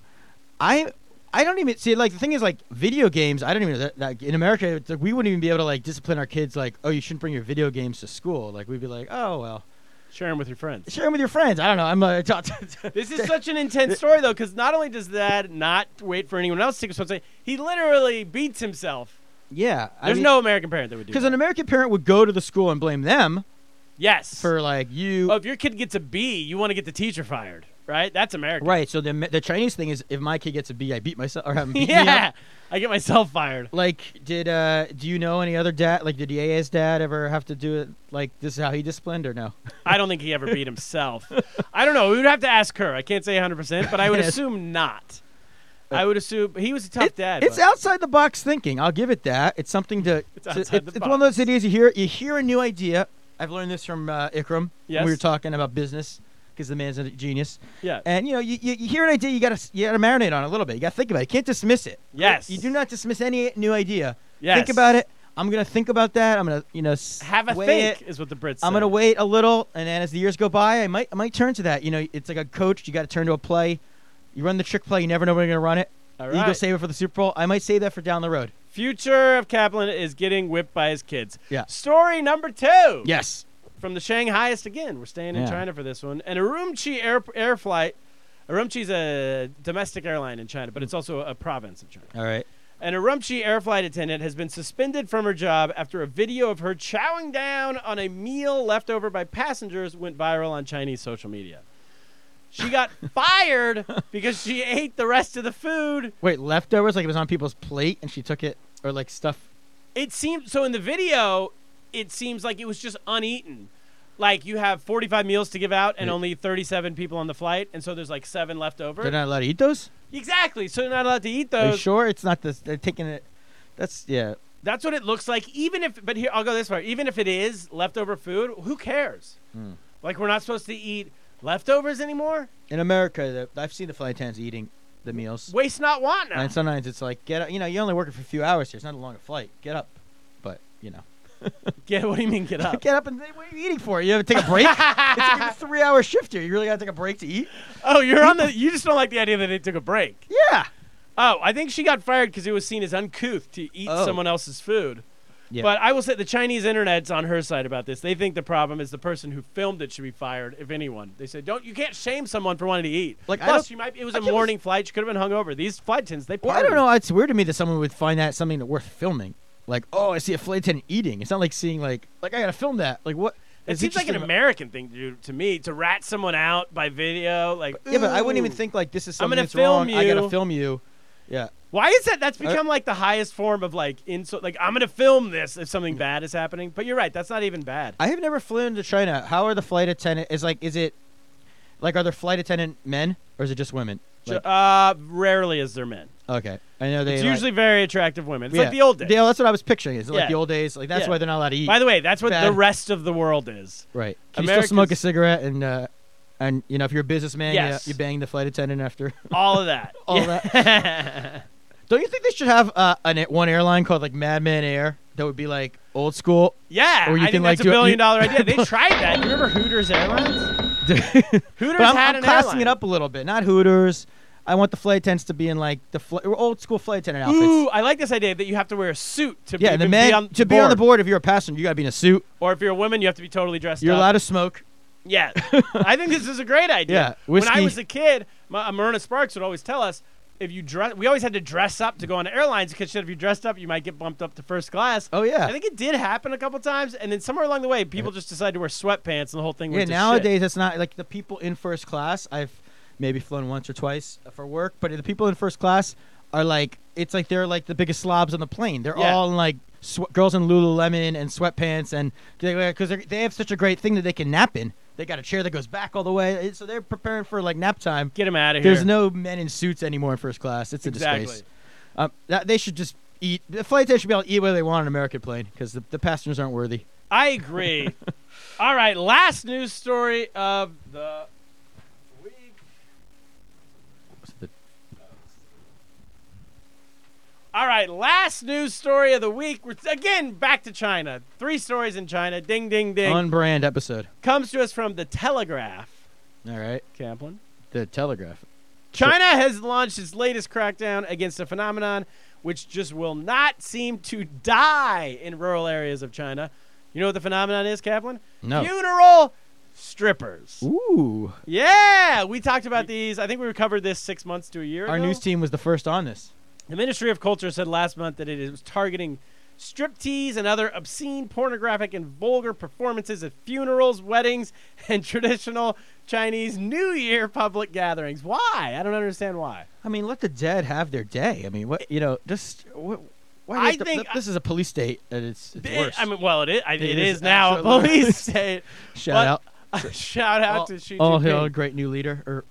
S2: I I don't even see like the thing is like video games. I don't even that, that in America it's like, we wouldn't even be able to like discipline our kids like, oh, you shouldn't bring your video games to school. Like we'd be like, oh well.
S1: Share them with your friends.
S2: Share them with your friends. I don't know. I'm uh, t- t-
S1: This is such an intense story, though, because not only does that not wait for anyone else to take responsibility, he literally beats himself.
S2: yeah.
S1: There's no American parent that would do
S2: because
S1: that.
S2: an American parent would go to the school and blame them
S1: yes.
S2: for like you.
S1: oh, if your kid gets a B, you want to get the teacher fired, right? That's American.
S2: Right. So the the Chinese thing is, if my kid gets a B, I beat myself or have him beat me
S1: Yeah.
S2: up.
S1: I get myself fired.
S2: Like, did uh, do you know any other dad? Like, did EA's dad ever have to do it? Like, this is how he disciplined, or no?
S1: I don't think he ever beat himself. I don't know. We would have to ask her. I can't say 100%, but I would
S2: Yes.
S1: assume not. I would assume he was a tough
S2: It-
S1: dad.
S2: It's
S1: but-
S2: outside the box thinking. I'll give it that. It's something to.
S1: It's
S2: to-
S1: outside
S2: it's,
S1: the
S2: it's one of those ideas you hear. You hear a new idea. I've learned this from uh, Ikram. when
S1: Yes.
S2: We were talking about business because the man's a genius.
S1: Yeah.
S2: And you know, you, you, you hear an idea, you gotta s- you gotta marinate on it a little bit. You gotta think about it. You can't dismiss it.
S1: Yes.
S2: You do not dismiss any new idea.
S1: Yes.
S2: Think about it. I'm gonna think about that. I'm gonna you know s-
S1: Have a
S2: weigh
S1: think,
S2: it.
S1: is what the Brits
S2: I'm
S1: say.
S2: gonna wait a little, and then as the years go by, I might I might turn to that. You know, it's like a coach. You got to turn to a play. You run the trick play. You never know when you're gonna run it.
S1: All
S2: You go
S1: right.
S2: save it for the Super Bowl. I might save that for down the road.
S1: Future of Kaplan is getting whipped by his kids.
S2: Yeah.
S1: Story number two.
S2: Yes.
S1: From the Shanghaiest again. We're staying in
S2: Yeah.
S1: China for this one. And Urumqi air, air flight. Urumqi's a domestic airline in China, but it's also a province of China.
S2: All right.
S1: An Urumqi air flight attendant has been suspended from her job after a video of her chowing down on a meal left over by passengers went viral on Chinese social media. She got fired because she ate the rest of the food
S2: Wait, leftovers like it was on people's plate, and she took it, or like stuff.
S1: it seems so in the video it seems like it was just uneaten like you have 45 meals to give out and
S2: Yeah.
S1: only 37 people on the flight and so there's like seven left over
S2: They're not allowed to eat those.
S1: exactly so you're not allowed to eat
S2: Are you
S1: those
S2: sure it's not this? They're taking it. That's yeah.
S1: that's what it looks like even if but here i'll go this far even if it is leftover food who cares
S2: Hmm.
S1: like we're not supposed to eat leftovers anymore
S2: In America, the, I've seen the flight attendants eating the meals,
S1: waste not want now
S2: and sometimes it's like get up. You know, you only working for a few hours here. It's not a long flight. Get up, but you know,
S1: get what do you mean get up
S2: get up and say, what are you eating for? You have to take a break. it's like a three-hour shift here. You really gotta take a break to eat.
S1: oh you're on the you just don't like the idea that it took a break
S2: Yeah.
S1: Oh, I think she got fired because it was seen as uncouth to eat
S2: Oh.
S1: someone else's food.
S2: Yeah.
S1: But I will say the Chinese internet's on her side about this. They think the problem is the person who filmed it should be fired, if anyone. They say don't you can't shame someone for wanting to eat.
S2: Like, I
S1: Plus,
S2: don't-
S1: she might it was
S2: I
S1: a
S2: can't-
S1: morning flight. She could have been hungover. These flight attendants, they. Partied.
S2: Well, I don't know. It's weird to me that someone would find that something that worth filming. Like, oh, I see a flight attendant eating. It's not like seeing like like I gotta film that. Like what?
S1: It
S2: it's
S1: seems like an
S2: interesting-
S1: American thing to do to me to rat someone out by video. Like
S2: Yeah, but I wouldn't even
S1: "Ooh."
S2: think like this is
S1: I'm
S2: something
S1: gonna
S2: that's wrong.
S1: film
S2: I
S1: you."
S2: gotta film you. Yeah.
S1: Why is that? That's
S2: Uh,
S1: become like the highest form of like insult. Like I'm gonna film this if something bad is happening. But you're right. That's not even bad.
S2: I have never flown to China. How are the flight attendant? Is like, is it like are there flight attendant men or is it just women? Like,
S1: uh, rarely is there men.
S2: okay, I know they.
S1: It's
S2: like-
S1: usually very attractive women. It's
S2: yeah.
S1: like the old days.
S2: Yeah, that's what I was picturing. Is it
S1: Yeah.
S2: like the old days? Like that's
S1: Yeah.
S2: why they're not allowed to eat.
S1: By the way, that's what the
S2: Bad.
S1: rest of the world is.
S2: right. Can you still smoke a
S1: Americans-
S2: cigarette and uh, and you know if you're a businessman,
S1: Yes.
S2: you, you bang the flight attendant after
S1: All of that.
S2: all
S1: Yeah.
S2: that. Don't you think they should have uh, an one airline called like Madman Air that would be like old school?
S1: Yeah,
S2: Or you
S1: I
S2: can,
S1: think
S2: like,
S1: that's
S2: do
S1: a
S2: it-
S1: billion
S2: you-
S1: dollar idea. They tried that. You remember Hooters Airlines?
S2: but
S1: Hooters
S2: I'm,
S1: had
S2: I'm
S1: an
S2: classing
S1: airline.
S2: it up a little bit. Not Hooters. I want the flight attendants to be in like the fl- old school flight attendant outfits.
S1: Ooh, I like this idea that you have to wear a suit to
S2: Yeah,
S1: even
S2: the men
S1: be on
S2: to be on the board. If you're a passenger, you gotta be in a suit.
S1: Or if you're a woman, you have to be totally dressed
S2: You're
S1: up.
S2: allowed to smoke.
S1: Yeah, I think this is a great
S2: Yeah,
S1: idea. when I
S2: whiskey.
S1: was a kid, my, Myrna Sparks would always tell us if you dress. We always had to dress up to go on airlines because she said if you dressed up, you might get bumped up to first class.
S2: Oh, yeah.
S1: I think it did happen a couple times, and then somewhere along the way, people just decided to wear sweatpants, and the whole thing.
S2: Yeah,
S1: went to shit.
S2: nowadays it's not like the people in first class. I've maybe flown once or twice uh, for work, but the people in first class are like it's like they're like the biggest slobs on the plane. They're
S1: Yeah.
S2: all in like swe- girls in Lululemon and sweatpants, and because they, they have such a great thing that they can nap in. They got a chair that goes back all the way, so they're preparing for like nap time.
S1: get them out of here.
S2: There's no men in suits anymore in first class. It's a
S1: Exactly.
S2: disgrace. Um, that, they should just eat. The flight attendants should be able to eat where they want on an American plane because the, the passengers aren't worthy.
S1: I agree. All right, last news story of the week. All right, last news story of the week. We're again back to China. Three stories in China. Ding, ding, ding.
S2: On brand episode.
S1: Comes to us from the Telegraph.
S2: All right.
S1: Kaplan.
S2: The Telegraph.
S1: China has launched its latest crackdown against a phenomenon which just will not seem to die in rural areas of China. You know what the phenomenon is, Kaplan?
S2: No.
S1: Funeral strippers.
S2: Ooh.
S1: Yeah, we talked about these. I think we covered this six months to a year
S2: Our
S1: ago.
S2: news team was the first on this.
S1: The Ministry of Culture said last month that it is targeting striptease and other obscene, pornographic, and vulgar performances at funerals, weddings, and traditional Chinese New Year public gatherings. Why? I don't understand why.
S2: I mean, let the dead have their day. I mean, what you know, just what, why
S1: I
S2: does the-
S1: think-
S2: this is a police state and it's, it's
S1: It-
S2: worse.
S1: I mean, well, it is, I- it
S2: is
S1: is, now a
S2: absolutely-
S1: police state.
S2: shout out. Oh,
S1: out! shout out
S2: All-
S1: to Xi
S2: all
S1: Jinping.
S2: hail great new leader. Or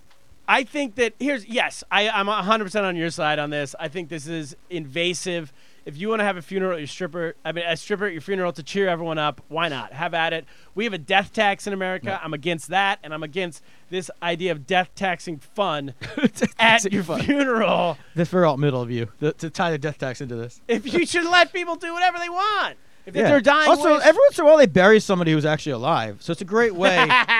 S1: I think that here's yes, I, I'm 100% on your side on this. I think this is invasive. If you want to have a funeral at your stripper, I mean, a stripper at your funeral to cheer everyone up, why not? Have at it. We have a death tax in America. I'm against that, and I'm against this idea of death taxing fun at your funeral.
S2: this for alt middle of you the, to tie the death tax into this.
S1: If you should let people do whatever they want, if they're dying,
S2: Also,
S1: wish-
S2: every once in a while they bury somebody who's actually alive, so it's a great way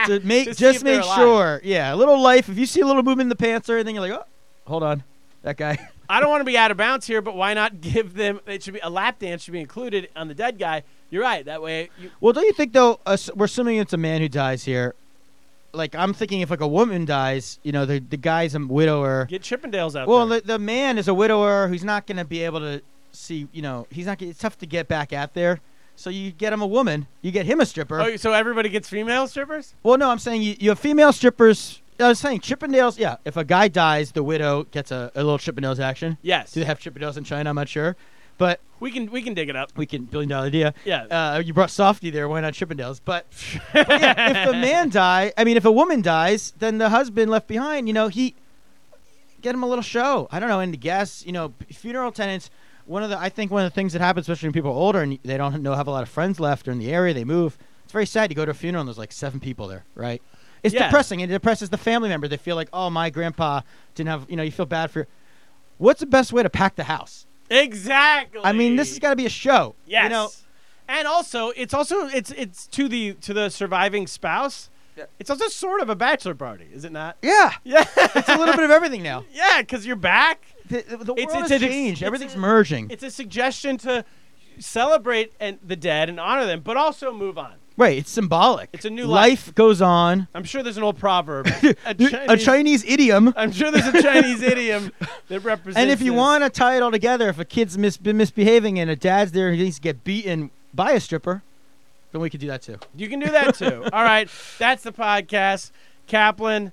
S2: to make
S1: To see
S2: just
S1: if they're
S2: make
S1: alive.
S2: sure. Yeah, a little life. If you see a little movement in the pants or anything, you're like, oh, hold on, that guy.
S1: I don't want to be out of bounds here, but why not give them? It should be a lap dance should be included on the dead guy. You're right. That way, you,
S2: Well, don't you think though? Uh, s- we're assuming it's a man who dies here. Like I'm thinking, if like a woman dies, you know, the the guy's a widower.
S1: get Chippendales out
S2: Well,
S1: there.
S2: the, the man is a widower who's not going to be able to see. You know, he's not. gonna- It's tough to get back out there. So you get him a woman. You get him a stripper.
S1: Oh, so everybody gets female strippers?
S2: Well, no, I'm saying you, you have female strippers. I was saying Chippendales. Yeah, if a guy dies, the widow gets a, a little Chippendales action.
S1: Yes.
S2: Do they have Chippendales in China? I'm not sure, but
S1: We can we can dig it up.
S2: we can billion dollar idea.
S1: Yeah.
S2: Uh, you brought softy there. Why not Chippendales? But, but yeah, if the man die, I mean, if a woman dies, then the husband left behind. You know, he get him a little show. I don't know. And the guests, you know, p- funeral tenants. One of the I think one of the things that happens, especially when people are older and they don't know have a lot of friends left or in the area, they move. It's very sad. You go to a funeral and there's like seven people there, right? It's
S1: Yeah.
S2: depressing. It depresses the family member. They feel like, oh, my grandpa didn't have. You know, you feel bad for. What's the best way to pack the house?
S1: Exactly.
S2: I mean, this has got to be a show.
S1: yes.
S2: You know,
S1: and also it's also it's it's to the to the surviving spouse. It's also sort of a bachelor party, is it not?
S2: Yeah,
S1: Yeah,
S2: it's a little bit of everything now.
S1: yeah, because you're back.
S2: The, the world
S1: It's- it's
S2: has
S1: an ex-
S2: changed.
S1: it's
S2: Everything's
S1: a-
S2: merging.
S1: It's a suggestion to celebrate and the dead and honor them, but also move on.
S2: right. It's symbolic.
S1: It's a new
S2: life. goes on.
S1: I'm sure there's an old proverb, a
S2: A Chinese idiom.
S1: I'm sure there's a Chinese idiom that represents.
S2: And if you
S1: this.
S2: want to tie it all together, if a kid's mis- been misbehaving and a dad's there and he needs to get beaten by a stripper, then we could do that too.
S1: You can do that too. All right, that's the podcast. Kaplan,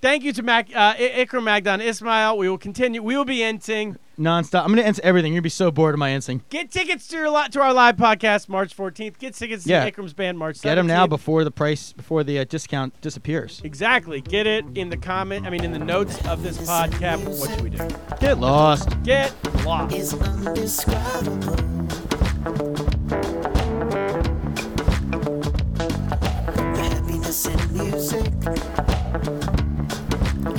S1: thank you to Mac, uh, I- Ikram Magdan Ismail. We will continue. We will be inting.
S2: Nonstop. I'm gonna answer everything. You're gonna be so bored of my answering.
S1: Get tickets to your li- to our live podcast March 14th. Get tickets
S2: Yeah.
S1: to Ikram's band March 17th.
S2: Get them now before the price, before the uh, discount disappears.
S1: Exactly. Get it in the comment. I mean, in the notes of this podcast. What should we do?
S2: Get lost.
S1: Get lost.
S6: is undescribable. The happiness in music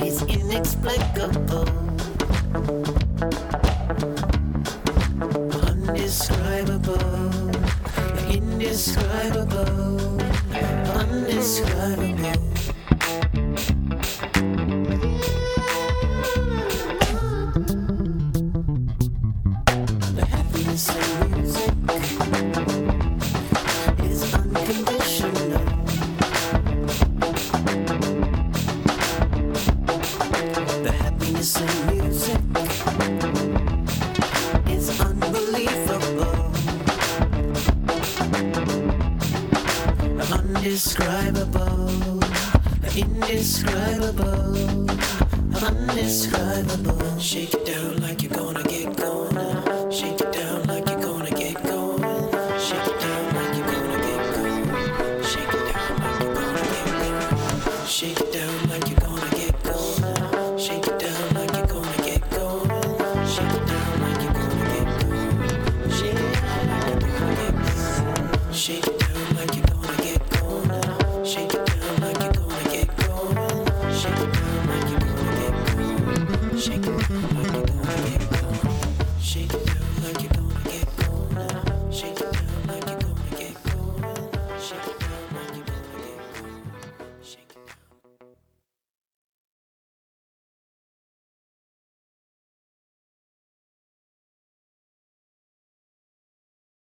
S6: is inexplicable. Undescribable, indescribable, undescribable. The happiness of music is unconditional. The happiness of music is unbelievable, undescribable, indescribable, undescribable. Shake it down like you're gonna get.